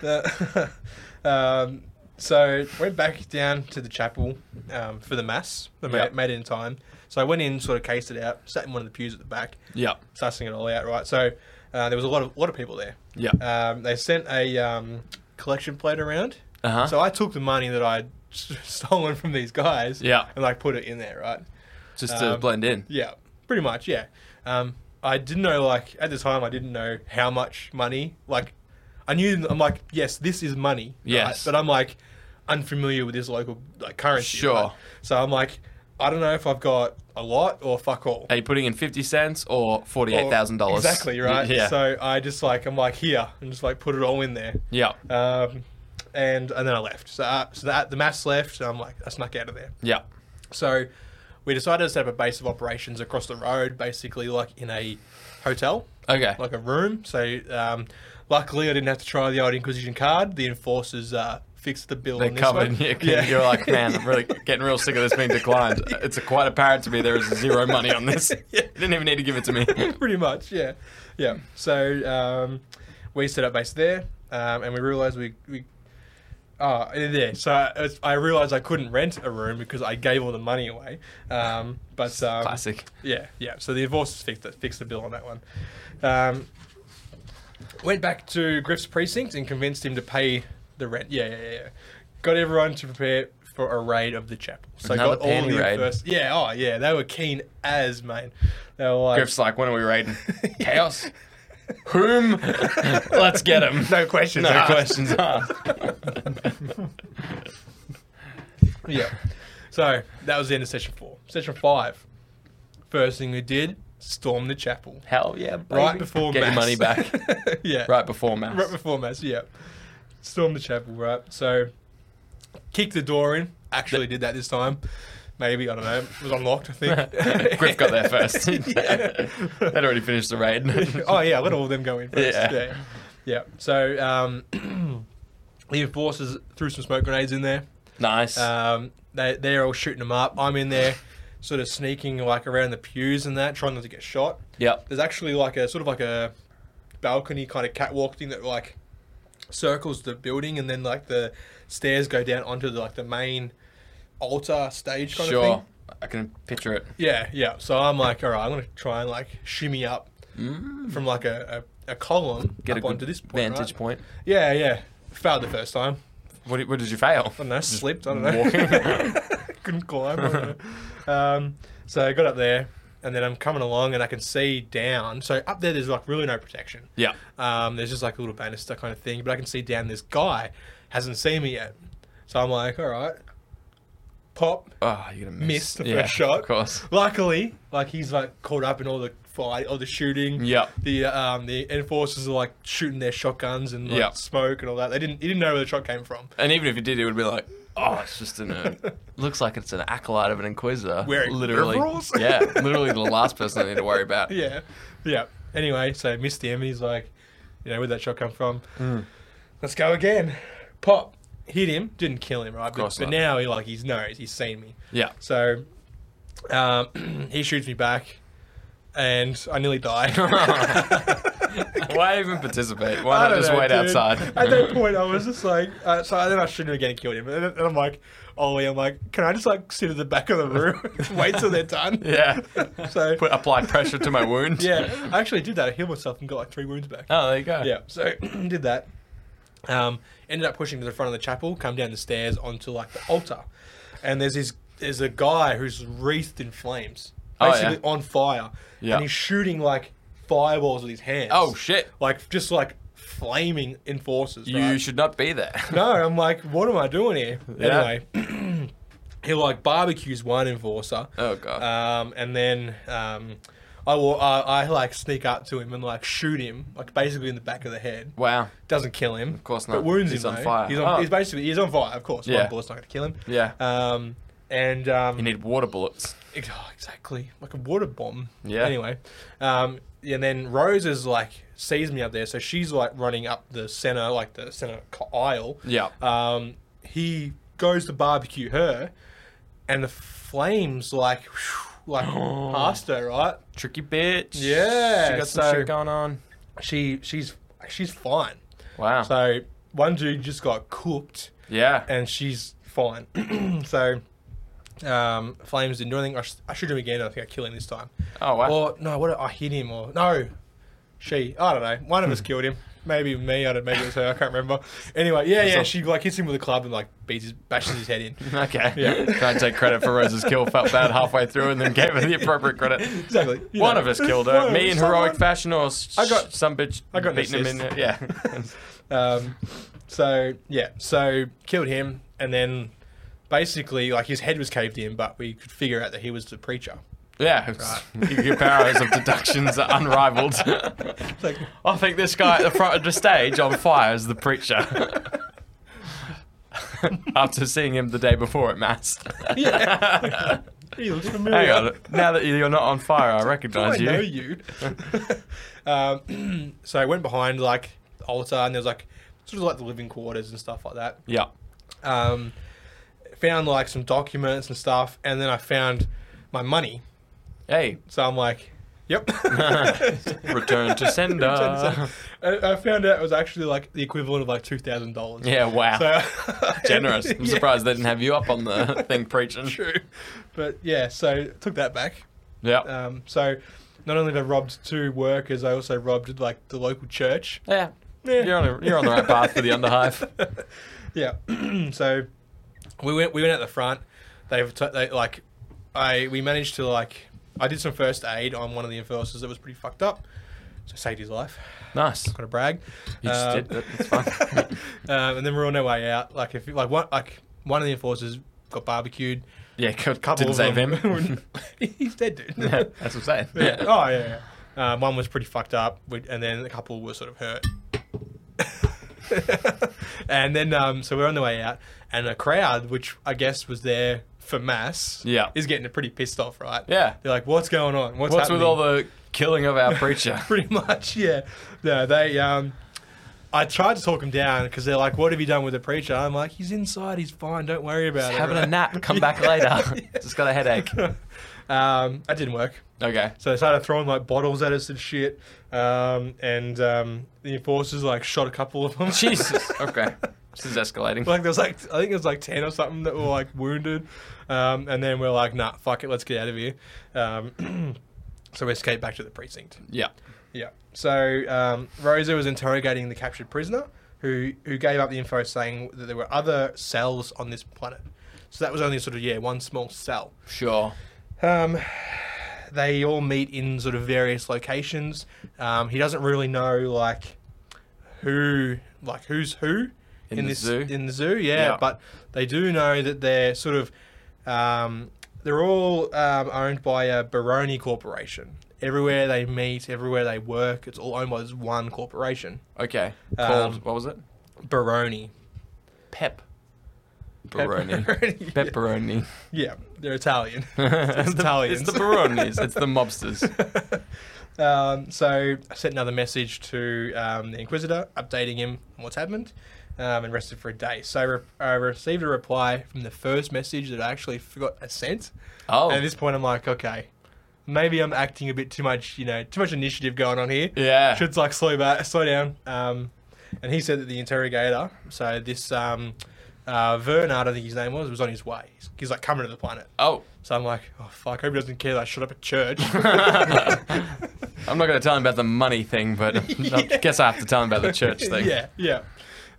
Speaker 2: Uh, um, so went back down to the chapel um, for the mass. I made,
Speaker 3: Yep.
Speaker 2: made it in time. So I went in, sort of cased it out, sat in one of the pews at the back,
Speaker 3: yeah,
Speaker 2: sussing it all out. Right. So uh, there was a lot of lot of people there.
Speaker 3: yeah.
Speaker 2: Um, they sent a um, collection plate around.
Speaker 3: Uh-huh.
Speaker 2: So I took the money that I'd s- stolen from these guys.
Speaker 3: Yeah.
Speaker 2: And like put it in there. Right.
Speaker 3: Just to
Speaker 2: um,
Speaker 3: blend in.
Speaker 2: Yeah, pretty much. Yeah, um, I didn't know like at the time I didn't know how much money. Like, I knew I'm like yes, this is money. right?
Speaker 3: Yes.
Speaker 2: but I'm like unfamiliar with this local like currency.
Speaker 3: Sure.
Speaker 2: right? So I'm like. I don't know if I've got a lot or fuck all.
Speaker 3: Are you putting in 50 cents or $48,000?
Speaker 2: Exactly, right?
Speaker 3: Yeah.
Speaker 2: So I just like, I'm like, here, and just like put it all in there.
Speaker 3: yeah.
Speaker 2: Um, and and then I left. So, uh, so that the mass left, and I'm like, I snuck out of there.
Speaker 3: Yeah.
Speaker 2: So we decided to set up a base of operations across the road, basically like in a hotel,
Speaker 3: Okay.
Speaker 2: like a room. So um, luckily, I didn't have to try the old Inquisition card. The enforcers uh, fixed the bill.
Speaker 3: they
Speaker 2: on this
Speaker 3: covered.
Speaker 2: one.
Speaker 3: You, You're like, man, I'm really getting real sick of this being declined. It's quite apparent to me there is zero money on this. You didn't even need to give it to me.
Speaker 2: pretty much, yeah, yeah. So um, we set up base there, um, and we realized we we oh there. So I, it's- I realized I couldn't rent a room because I gave all the money away. Um, but um,
Speaker 3: Classic.
Speaker 2: yeah, yeah. So the divorce fixed the, fixed the bill on that one. Um, went back to Griff's precinct and convinced him to pay the rent. Yeah, yeah, yeah, yeah. Got everyone to prepare for a raid of the chapel. So
Speaker 3: Another
Speaker 2: got all
Speaker 3: panty
Speaker 2: the
Speaker 3: raid.
Speaker 2: first. Yeah, oh yeah, they were keen as man. They were like,
Speaker 3: Griff's like, when are we raiding? Chaos. Whom? Let's get him.
Speaker 2: no questions,
Speaker 3: No
Speaker 2: no questions.
Speaker 3: questions asked.
Speaker 2: Yeah. So that was the end of session four. Session five. First thing we did, storm the chapel.
Speaker 3: Hell yeah, baby.
Speaker 2: Right before
Speaker 3: get
Speaker 2: mass.
Speaker 3: your money back.
Speaker 2: yeah.
Speaker 3: Right before mass.
Speaker 2: Right before mass. Yeah. Storm the chapel. Right. So, kicked the door in. Actually, did that this time. Maybe I don't know. It was unlocked. I think.
Speaker 3: Griff got there first.
Speaker 2: Yeah.
Speaker 3: They'd already finished the raid.
Speaker 2: oh yeah, let all of them go in first.
Speaker 3: Yeah.
Speaker 2: Yeah. Yeah. So um, the enforcers threw some smoke grenades in there.
Speaker 3: nice.
Speaker 2: Um, they they're all shooting them up. I'm in there, sort of sneaking like around the pews and that, trying not to get shot.
Speaker 3: yep.
Speaker 2: There's actually like a sort of like a balcony kind of catwalk thing that like circles the building, and then like the stairs go down onto the, like the main altar stage kind of
Speaker 3: Sure.
Speaker 2: thing.
Speaker 3: I can picture it.
Speaker 2: Yeah, yeah. So I'm like, all right, I'm gonna try and like shimmy up from like a, a, a column
Speaker 3: Mm. Get
Speaker 2: up
Speaker 3: a good
Speaker 2: onto this point,
Speaker 3: vantage
Speaker 2: right?
Speaker 3: point.
Speaker 2: Yeah, yeah. Failed the first time.
Speaker 3: What, did- what did you fail?
Speaker 2: I don't know, slipped. I don't know.
Speaker 3: walking.
Speaker 2: Couldn't climb. I don't know. Um, so I got up there, and then I'm coming along, and I can see down. So up there, there's like really no protection.
Speaker 3: Yeah.
Speaker 2: Um, there's just like a little banister kind of thing, but I can see down. This guy hasn't seen me yet, so I'm like, all right, pop.
Speaker 3: Oh, you're gonna miss.
Speaker 2: Missed the
Speaker 3: yeah,
Speaker 2: first shot.
Speaker 3: Of course.
Speaker 2: Luckily, like he's like caught up in all the fight, all the shooting.
Speaker 3: Yep.
Speaker 2: The um the enforcers are like shooting their shotguns and like
Speaker 3: Yep.
Speaker 2: smoke and all that. They didn't. He didn't know where the shot came from.
Speaker 3: And even if you did, it would be like, oh, it's just an. Uh, looks like it's an acolyte of an inquisitor.
Speaker 2: Wearing
Speaker 3: literally.
Speaker 2: overalls?
Speaker 3: yeah, literally the last person I need to worry about.
Speaker 2: yeah, yeah. Anyway, so I missed him, and he's like, you know, where'd that shot come from?
Speaker 3: Mm.
Speaker 2: Let's go again. Pop hit him, didn't kill him, right? But,
Speaker 3: course
Speaker 2: but
Speaker 3: not.
Speaker 2: now he like he's knows he's seen me,
Speaker 3: Yeah.
Speaker 2: so um, he shoots me back, and I nearly die.
Speaker 3: Why even participate?
Speaker 2: I
Speaker 3: Why not
Speaker 2: don't
Speaker 3: just
Speaker 2: know,
Speaker 3: wait
Speaker 2: dude.
Speaker 3: outside?
Speaker 2: At that point, I was just like, uh, so then I shouldn't have again killed him. And, then- and I'm like, Ollie, I'm like, can I just like sit at the back of the room, wait till they're done?
Speaker 3: yeah.
Speaker 2: So
Speaker 3: Put applied pressure to my wound.
Speaker 2: yeah, I actually did that. I healed myself and got like three wounds back.
Speaker 3: Oh, there you go.
Speaker 2: Yeah, so did that. Um, ended up pushing to the front of the chapel, come down the stairs onto like the altar, and there's this there's a guy who's wreathed in flames,
Speaker 3: Oh, yeah.
Speaker 2: basically on fire,
Speaker 3: Yeah.
Speaker 2: and he's shooting like fireballs with his hands.
Speaker 3: Oh shit.
Speaker 2: Like just like flaming enforcers.
Speaker 3: You
Speaker 2: right?
Speaker 3: should not be there.
Speaker 2: no, I'm like, what am I doing here?
Speaker 3: Yeah.
Speaker 2: Anyway, he like barbecues one enforcer.
Speaker 3: Oh, God.
Speaker 2: Um, and then um, I will, I, I like sneak up to him and like shoot him, like basically in the back of the head.
Speaker 3: Wow.
Speaker 2: Doesn't kill him, of
Speaker 3: course
Speaker 2: But
Speaker 3: not.
Speaker 2: wounds
Speaker 3: He's
Speaker 2: him.
Speaker 3: on
Speaker 2: though.
Speaker 3: fire.
Speaker 2: He's, on,
Speaker 3: Oh.
Speaker 2: he's basically he's on fire. Of course,
Speaker 3: Yeah.
Speaker 2: one bullet's not going to kill him.
Speaker 3: Yeah.
Speaker 2: Um, and um,
Speaker 3: You need water bullets.
Speaker 2: Ex- oh, Exactly, like a water bomb.
Speaker 3: Yeah.
Speaker 2: Anyway, um, and then Rose is like sees me up there, so she's like running up the center, like the center co- aisle.
Speaker 3: Yeah.
Speaker 2: Um, he goes to barbecue her, and the flames like whew, like past her, right?
Speaker 3: Tricky bitch.
Speaker 2: Yeah,
Speaker 3: She got some
Speaker 2: so-
Speaker 3: shit going on.
Speaker 2: She she's she's fine.
Speaker 3: Wow.
Speaker 2: So one dude just got cooked.
Speaker 3: yeah.
Speaker 2: and she's fine. so, um, Flames didn't do anything. I, sh- I shoot him again. I think I kill him this time.
Speaker 3: oh wow.
Speaker 2: Or no, what? I hit him. Or no, she. I don't know. One of us killed him. Maybe me. I don't. Maybe it was her. I can't remember. Anyway, yeah, yeah.
Speaker 3: all-
Speaker 2: She like hits him with a club and like beats his, bashes his head in.
Speaker 3: Okay.
Speaker 2: Yeah.
Speaker 3: Can't take credit for Rose's kill. Felt bad halfway through and then gave her the appropriate credit.
Speaker 2: Exactly. You
Speaker 3: One
Speaker 2: know.
Speaker 3: of us killed
Speaker 2: One
Speaker 3: her.
Speaker 2: of
Speaker 3: Me
Speaker 2: us.
Speaker 3: in heroic
Speaker 2: Someone-
Speaker 3: fashion or s-
Speaker 2: I got-
Speaker 3: some bitch
Speaker 2: I got an
Speaker 3: beating him in there.
Speaker 2: assist.
Speaker 3: Yeah.
Speaker 2: Um, so yeah, so killed him, and then basically like his head was caved in, but we could figure out that he was the preacher.
Speaker 3: Yeah, it's- your powers of deductions are unrivaled. I think this guy at the front of the stage on fire is the preacher. After seeing him the day before at mass.
Speaker 2: He looks
Speaker 3: Hang
Speaker 2: familiar.
Speaker 3: on, now that you're not on fire, I recognise
Speaker 2: I know you.
Speaker 3: you.
Speaker 2: um, so I went behind like the altar, and there's like sort of like the living quarters and stuff like that.
Speaker 3: Yeah.
Speaker 2: Um, found like some documents and stuff, and then I found my money.
Speaker 3: Hey,
Speaker 2: So I'm like, yep.
Speaker 3: return to sender.
Speaker 2: I, I found out it was actually like the equivalent of like two thousand dollars.
Speaker 3: Yeah, wow.
Speaker 2: So
Speaker 3: Generous. I'm
Speaker 2: Yeah,
Speaker 3: surprised they didn't have you up on the thing preaching.
Speaker 2: True. But yeah, so took that back.
Speaker 3: Yeah.
Speaker 2: Um, so not only did I robbed two workers, I also robbed like the local church.
Speaker 3: yeah. You're, on a, you're on the right path for the underhive.
Speaker 2: Yeah. so we went we went out the front. They've t- they like I we managed to like I did some first aid on one of the enforcers that was pretty fucked up. So saved his life.
Speaker 3: Nice.
Speaker 2: Got to brag.
Speaker 3: You just
Speaker 2: Um,
Speaker 3: did that. It's fine.
Speaker 2: um, and then we're on our way out. Like if like one like one of the enforcers got barbecued.
Speaker 3: Yeah, good.
Speaker 2: Couple
Speaker 3: Didn't
Speaker 2: of
Speaker 3: save
Speaker 2: them
Speaker 3: him.
Speaker 2: were- He's dead, dude.
Speaker 3: Yeah, that's what I'm saying.
Speaker 2: Yeah. Oh yeah. yeah. Um, one was pretty fucked up, we- and then a couple were sort of hurt. and then um, so we're on the way out, and a crowd, which I guess was there for mass,
Speaker 3: Yeah.
Speaker 2: is getting pretty pissed off, right?
Speaker 3: Yeah.
Speaker 2: They're like, "What's going on? What's,
Speaker 3: What's with all
Speaker 2: happening?"
Speaker 3: the killing of our preacher?
Speaker 2: Pretty much, yeah. No, they. Um, I tried to talk them down because they're like, "What have you done with the preacher?" I'm like, "He's inside. He's fine. Don't worry about
Speaker 3: Just
Speaker 2: it."
Speaker 3: having a
Speaker 2: right?"
Speaker 3: nap. Come back later. Just got a headache.
Speaker 2: Um, that didn't work.
Speaker 3: Okay.
Speaker 2: So they started throwing like bottles at us and shit. Um, and um, the enforcers like shot a couple of them.
Speaker 3: Jesus. Okay. This is escalating.
Speaker 2: like there was like I think there was like ten or something that were like wounded. Um, and then we're like, nah, fuck it, let's get out of here. Um, so we escaped back to the precinct.
Speaker 3: Yeah.
Speaker 2: Yeah. So um, Rosa was interrogating the captured prisoner, who who gave up the info saying that there were other cells on this planet. So that was only sort of yeah one small cell.
Speaker 3: Sure.
Speaker 2: Um, they all meet in sort of various locations. Um, he doesn't really know like who, like who's who
Speaker 3: In the
Speaker 2: this
Speaker 3: zoo?
Speaker 2: in the zoo. Yeah,
Speaker 3: Yeah.
Speaker 2: but they do know that they're sort of um, they're all um, owned by a Baroni corporation. Everywhere they meet, everywhere they work, it's all owned by this one corporation,
Speaker 3: Okay.
Speaker 2: Um,
Speaker 3: Called, what was it?
Speaker 2: Baroni.
Speaker 3: Pep. Baroni.
Speaker 2: Pepperoni.
Speaker 3: Pepperoni.
Speaker 2: Yeah, they're Italian. it's Italians.
Speaker 3: It's the Baronis. It's the mobsters.
Speaker 2: Um, so I sent another message to um, the Inquisitor, updating him on what's happened, um, and rested for a day. So I, re- I received a reply from the first message that I actually forgot I sent.
Speaker 3: Oh.
Speaker 2: And at this point, I'm like, okay, maybe I'm acting a bit too much, you know, too much initiative going on here.
Speaker 3: Yeah.
Speaker 2: Should like slow back, slow down. Um, and he said that the interrogator, so this um, uh, Vernard, I think his name was, was on his way. He's, he's like coming to the planet.
Speaker 3: Oh.
Speaker 2: So I'm like, oh fuck, I hope he doesn't care that I shut up at church.
Speaker 3: I'm not going to tell him about the money thing, but uh, I guess I have to tell him about the church thing.
Speaker 2: Yeah, yeah,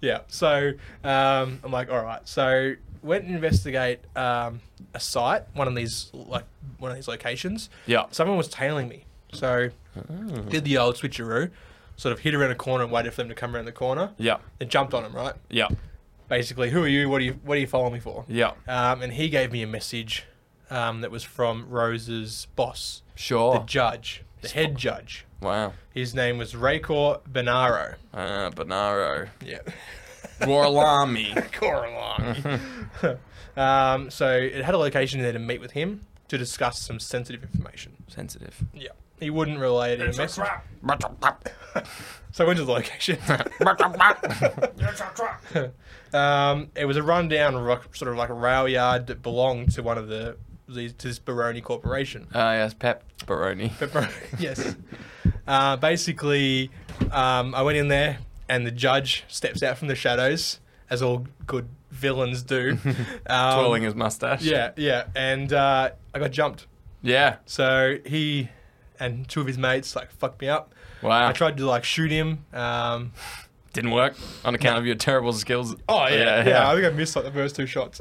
Speaker 2: yeah. So um, I'm like, all right. So went and investigate um, a site, one of these like one of these locations.
Speaker 3: Yeah. Ah.
Speaker 2: Someone was tailing me, so did the old switcheroo, sort of hid around a corner and waited for them to come around the corner.
Speaker 3: Yeah.
Speaker 2: Then jumped on him, right?
Speaker 3: Yeah.
Speaker 2: Basically, who are you? What are you? What are you following me for?
Speaker 3: Yeah.
Speaker 2: Um, and he gave me a message um, that was from Rose's boss, the
Speaker 3: Sure.
Speaker 2: judge, the head judge.
Speaker 3: Wow.
Speaker 2: His name was Raycor Benaro.
Speaker 3: Uh, Bonaro.
Speaker 2: Yeah.
Speaker 3: Gorlami.
Speaker 2: Coralong. um, so it had a location there to meet with him to discuss some sensitive information.
Speaker 3: Sensitive.
Speaker 2: Yeah. He wouldn't relay it in a message. So I went to the location. um, it was a rundown rock, sort of like a rail yard that belonged to one of the these to this Baroni corporation.
Speaker 3: Ah, yes, Pep Baroni.
Speaker 2: Pepperoni, yes. Uh, basically, um, I went in there, and the judge steps out from the shadows, as all good villains do. Um,
Speaker 3: Twirling his mustache.
Speaker 2: Yeah, yeah, and uh, I got jumped.
Speaker 3: Yeah.
Speaker 2: So he and two of his mates like fucked me up.
Speaker 3: Wow.
Speaker 2: I tried to like shoot him. Um,
Speaker 3: Didn't work on account of your terrible skills.
Speaker 2: oh yeah, yeah, I think I missed like the first two shots.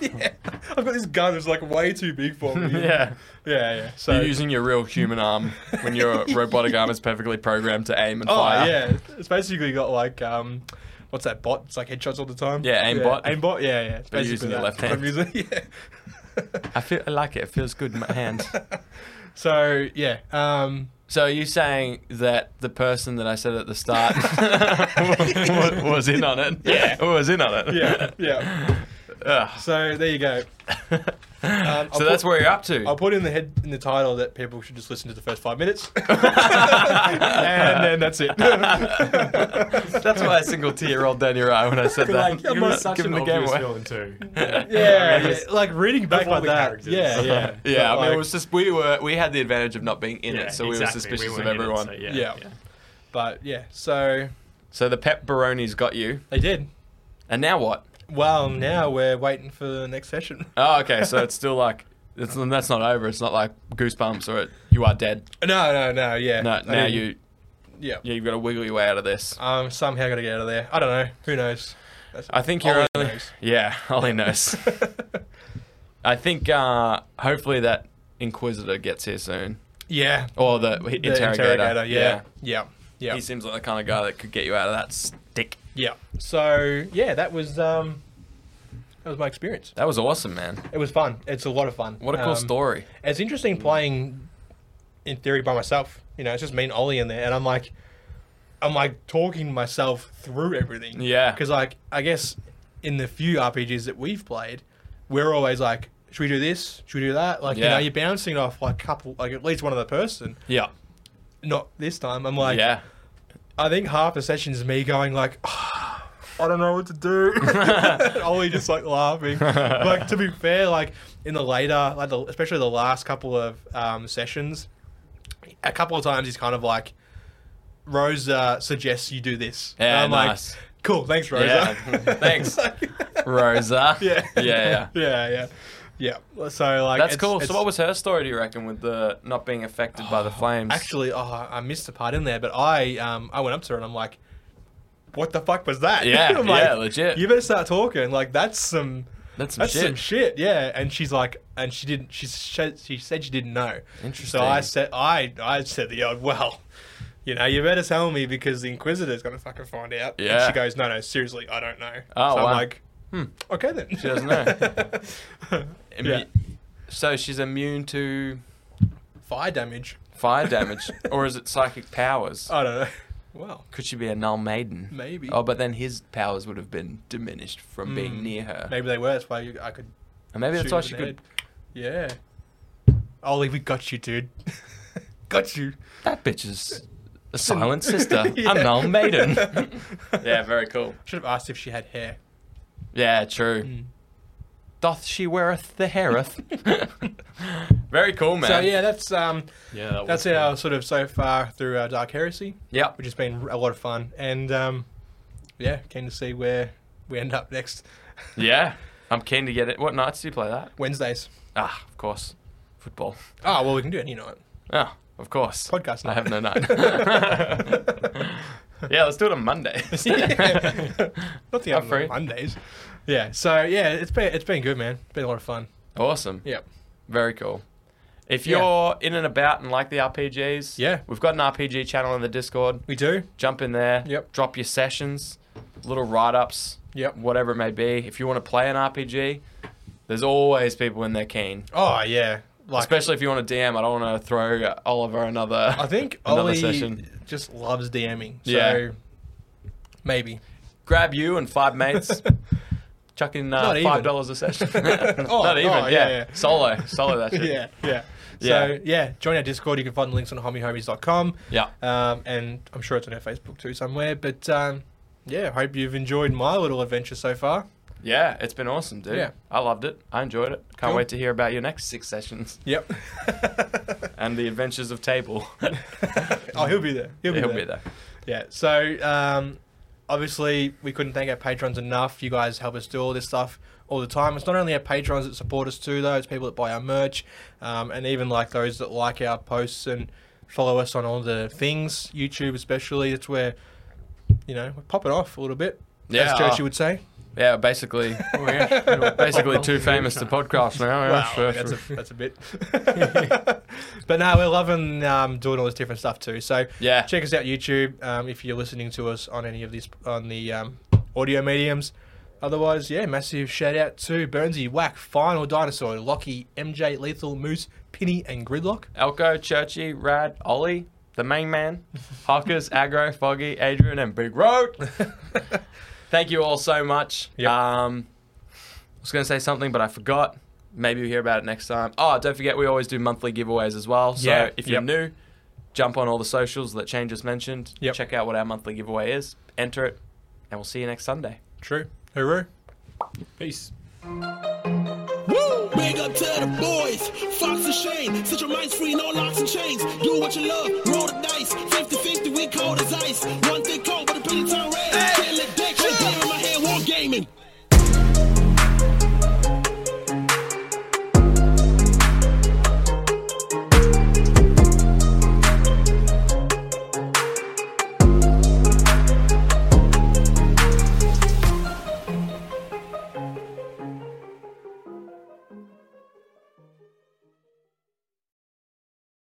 Speaker 2: yeah. I've got this gun that's like way too big for me.
Speaker 3: Yeah.
Speaker 2: yeah, yeah. So
Speaker 3: You're using your real human arm when your robotic arm is perfectly programmed to aim and
Speaker 2: oh
Speaker 3: fire.
Speaker 2: yeah, it's basically got like um, what's that bot? It's like headshots all the time.
Speaker 3: Yeah,
Speaker 2: aim
Speaker 3: aimbot.
Speaker 2: Aim bot. Yeah, yeah. It's
Speaker 3: But you're
Speaker 2: basically
Speaker 3: using your
Speaker 2: that.
Speaker 3: left hand.
Speaker 2: I'm using- yeah.
Speaker 3: I feel I like it. It feels good in my hand.
Speaker 2: So yeah, um,
Speaker 3: So are you saying that the person that I said at the start was, was in on it? Yeah, was in on it.
Speaker 2: yeah, yeah.
Speaker 3: Ugh.
Speaker 2: So there you go. Um,
Speaker 3: So that's
Speaker 2: put,
Speaker 3: where you're up to.
Speaker 2: I'll put in the head in the title that people should just listen to the first five minutes, and then that's it.
Speaker 3: That's why a single tear rolled down your eye when I said that.
Speaker 4: Like, you were
Speaker 3: Give
Speaker 4: such
Speaker 3: him
Speaker 4: an
Speaker 3: the game
Speaker 4: obvious
Speaker 3: away.
Speaker 4: villain too.
Speaker 2: yeah,
Speaker 4: mean,
Speaker 2: yeah, like reading back
Speaker 4: all
Speaker 2: like
Speaker 4: the
Speaker 2: that.
Speaker 4: characters.
Speaker 2: Yeah, yeah,
Speaker 3: Yeah,
Speaker 2: But
Speaker 3: I mean,
Speaker 2: like-
Speaker 3: it was just we were we had the advantage of not being in
Speaker 4: Yeah,
Speaker 3: it, so we
Speaker 4: exactly.
Speaker 3: were suspicious of
Speaker 4: weren't in it,
Speaker 3: everyone. So,
Speaker 4: so yeah,
Speaker 2: Yeah.
Speaker 4: yeah.
Speaker 2: But yeah, so
Speaker 3: the Pep Baroni's got you,
Speaker 2: they did.
Speaker 3: and now what?
Speaker 2: Well, now we're waiting for the next session.
Speaker 3: Oh, okay, so it's still like it's, that's not over. It's not like goosebumps or it, you are dead.
Speaker 2: No, no, no. Yeah.
Speaker 3: No,
Speaker 2: I
Speaker 3: now
Speaker 2: mean,
Speaker 3: you
Speaker 2: Yeah.
Speaker 3: yeah, you've got to wiggle your way out of this.
Speaker 2: Um, somehow got to get out of there. I don't know. Who knows? That's-
Speaker 3: I think you're
Speaker 2: Ollie
Speaker 3: only
Speaker 2: knows.
Speaker 3: yeah, Ollie knows. I think uh, hopefully that Inquisitor gets here soon,
Speaker 2: yeah.
Speaker 3: or the,
Speaker 2: The
Speaker 3: interrogator.
Speaker 2: Yeah. Yeah. Yeah.
Speaker 3: he seems like the kind of guy that could get you out of that stick.
Speaker 2: yeah. So yeah, that was um, that was my experience.
Speaker 3: That was awesome, man.
Speaker 2: It was fun. It's a lot of fun.
Speaker 3: What a cool
Speaker 2: Um,
Speaker 3: story.
Speaker 2: It's interesting playing, in theory, by myself. You know, it's just me and Ollie in there, and I'm like, I'm like talking myself through everything.
Speaker 3: Yeah.
Speaker 2: Because like, I guess in the few RPGs that we've played, we're always like, should we do this? Should we do that? Like, you
Speaker 3: Yeah.
Speaker 2: know, you're bouncing off like couple, like at least one other person.
Speaker 3: Yeah.
Speaker 2: Not this time. I'm like,
Speaker 3: yeah.
Speaker 2: I think half the session is me going like, I don't know what to do. And Ollie just like laughing. Like to be fair, like in the later, like the, especially the last couple of um, sessions, a couple of times he's kind of like, Rosa suggests you do this. And
Speaker 3: Yeah,
Speaker 2: I'm
Speaker 3: nice.
Speaker 2: like, cool, thanks, Rosa.
Speaker 3: Yeah. Thanks. Rosa.
Speaker 2: yeah.
Speaker 3: Yeah, yeah.
Speaker 2: yeah, yeah, yeah. So like,
Speaker 3: That's
Speaker 2: it's-
Speaker 3: cool.
Speaker 2: it's-
Speaker 3: So, what was her story? Do you reckon with the not being affected by the flames?
Speaker 2: Actually, oh, I missed a part in there, but I um, I went up to her and I'm like, "What the fuck was that?"
Speaker 3: Yeah,
Speaker 2: I'm
Speaker 3: yeah, legit.
Speaker 2: You better start talking. Like that's some
Speaker 3: that's some
Speaker 2: that's
Speaker 3: shit.
Speaker 2: some shit. Yeah, and she's like, and she didn't. She said she said she didn't know.
Speaker 3: Interesting.
Speaker 2: So I said I I said the odd well. You know, you better tell me because the Inquisitor's gonna fucking find out. And
Speaker 3: Yeah.
Speaker 2: she goes, no, no, seriously, I don't know.
Speaker 3: Oh,
Speaker 2: so
Speaker 3: wow.
Speaker 2: I'm like, hmm, okay then. She
Speaker 3: doesn't
Speaker 2: know. yeah.
Speaker 3: Immu- So she's immune to
Speaker 2: Fire damage.
Speaker 3: fire damage, or is it psychic powers?
Speaker 2: I don't know. Well,
Speaker 3: Could she be a null maiden?
Speaker 2: Uh, Maybe. Hmm.
Speaker 3: Oh, but then his powers would have been diminished from being near her.
Speaker 2: maybe
Speaker 3: Maybe,
Speaker 2: they were. That's why you, I could
Speaker 3: and maybe that's
Speaker 2: Shoot
Speaker 3: why
Speaker 2: in
Speaker 3: she
Speaker 2: the
Speaker 3: could.
Speaker 2: head. Yeah. Ollie, we got you, dude. got you.
Speaker 3: That bitch is a silent sister.
Speaker 2: Yeah.
Speaker 3: A null maiden. yeah, very cool.
Speaker 2: Should have asked if she had hair.
Speaker 3: Yeah, true.
Speaker 2: Hmm.
Speaker 3: Doth she weareth the haireth? very cool, man.
Speaker 2: So yeah, that's um,
Speaker 4: Yeah, that
Speaker 2: that's
Speaker 4: was
Speaker 2: our sort of so far through our Dark Heresy,
Speaker 3: Yep.
Speaker 2: which has been a lot of fun, and um, yeah, keen to see where we end up next
Speaker 3: Yeah, I'm keen to get it. What nights do you play that?
Speaker 2: Wednesdays.
Speaker 3: Ah, of course, football.
Speaker 2: Oh well, we can do any night.
Speaker 3: Ah, of course.
Speaker 2: Podcast
Speaker 3: I
Speaker 2: night.
Speaker 3: have no night. yeah, let's do it on Monday.
Speaker 2: Not the
Speaker 3: I'm
Speaker 2: other
Speaker 3: free.
Speaker 2: Mondays. Yeah. So yeah, it's been it's been good, man. Been a lot of fun.
Speaker 3: awesome.
Speaker 2: Yep.
Speaker 3: Very cool. If
Speaker 2: Yeah.
Speaker 3: you're in and about and like the RPGs,
Speaker 2: Yeah.
Speaker 3: we've got an RPG channel in the Discord.
Speaker 2: We do.
Speaker 3: Jump in there.
Speaker 2: Yep.
Speaker 3: Drop your sessions, little write ups.
Speaker 2: Yep.
Speaker 3: Whatever it may be. If you want to play an RPG, there's always people in there keen.
Speaker 2: Oh yeah. Like,
Speaker 3: Especially if you want to DM, I don't want to throw uh, Oliver another.
Speaker 2: I think
Speaker 3: another
Speaker 2: Ollie
Speaker 3: session.
Speaker 2: just loves DMing. So
Speaker 3: Yeah.
Speaker 2: maybe.
Speaker 3: Grab you and five mates. Chuck in uh,
Speaker 2: Not
Speaker 3: five
Speaker 2: even.
Speaker 3: dollars a session.
Speaker 2: Oh,
Speaker 3: Not even,
Speaker 2: oh,
Speaker 3: yeah.
Speaker 2: yeah, yeah.
Speaker 3: Solo, solo that shit.
Speaker 2: yeah, yeah.
Speaker 3: Yeah.
Speaker 2: So yeah, join our Discord. You can find the links on homiehomies.com.
Speaker 3: Yeah.
Speaker 2: Um, and I'm sure it's on our Facebook too somewhere. But um, yeah, hope you've enjoyed my little adventure so far.
Speaker 3: Yeah, it's been awesome, dude.
Speaker 2: Yeah.
Speaker 3: I loved it. I enjoyed it. Can't
Speaker 2: Cool.
Speaker 3: wait to hear about your next six sessions
Speaker 2: Yep.
Speaker 3: and the adventures of Table.
Speaker 2: oh, he'll be there. He'll, be,
Speaker 3: He'll
Speaker 2: there.
Speaker 3: be there.
Speaker 2: Yeah. So um, obviously we couldn't thank our patrons enough. You guys help us do all this stuff all the time. It's not only our patrons that support us too, though. It's people that buy our merch, um, and even like those that like our posts and follow us on all the things, YouTube especially. It's where you know we're popping off a little bit.
Speaker 3: Yeah.
Speaker 2: As Churchy would say.
Speaker 3: Yeah, basically, basically too famous to podcast now. Yeah,
Speaker 2: Wow,
Speaker 3: sure,
Speaker 2: that's,
Speaker 3: sure.
Speaker 2: a, that's a bit. but no, we're loving um, doing all this different stuff too. So
Speaker 3: Yeah.
Speaker 2: check us out YouTube um, if you're listening to us on any of these on the um, audio mediums. Otherwise, yeah, massive shout out to Burnsy, Whack, Final Dinosaur, Lockie, MJ, Lethal, Moose, Pinny, and Gridlock.
Speaker 3: Elko, Churchy, Rad, Ollie, the main man, Hawkers, Agro, Foggy, Adrian, and Big Road. Thank you all so much.
Speaker 2: Yep.
Speaker 3: Um, I was going to say something, but I forgot. Maybe we hear about it next time. Oh, don't forget, we always do monthly giveaways as well. So
Speaker 2: Yeah,
Speaker 3: if you're
Speaker 2: yep.
Speaker 3: new, jump on all the socials that Shane just mentioned.
Speaker 2: Yep.
Speaker 3: Check out what our monthly giveaway is, enter it, and we'll see you next Sunday.
Speaker 2: True. Hooroo.
Speaker 4: Peace.
Speaker 1: Woo! Big up to the boys, Fox and Shane. Set your minds free, no locks and chains. Do what you love, roll the dice. 50 50, we cold as ice. One thing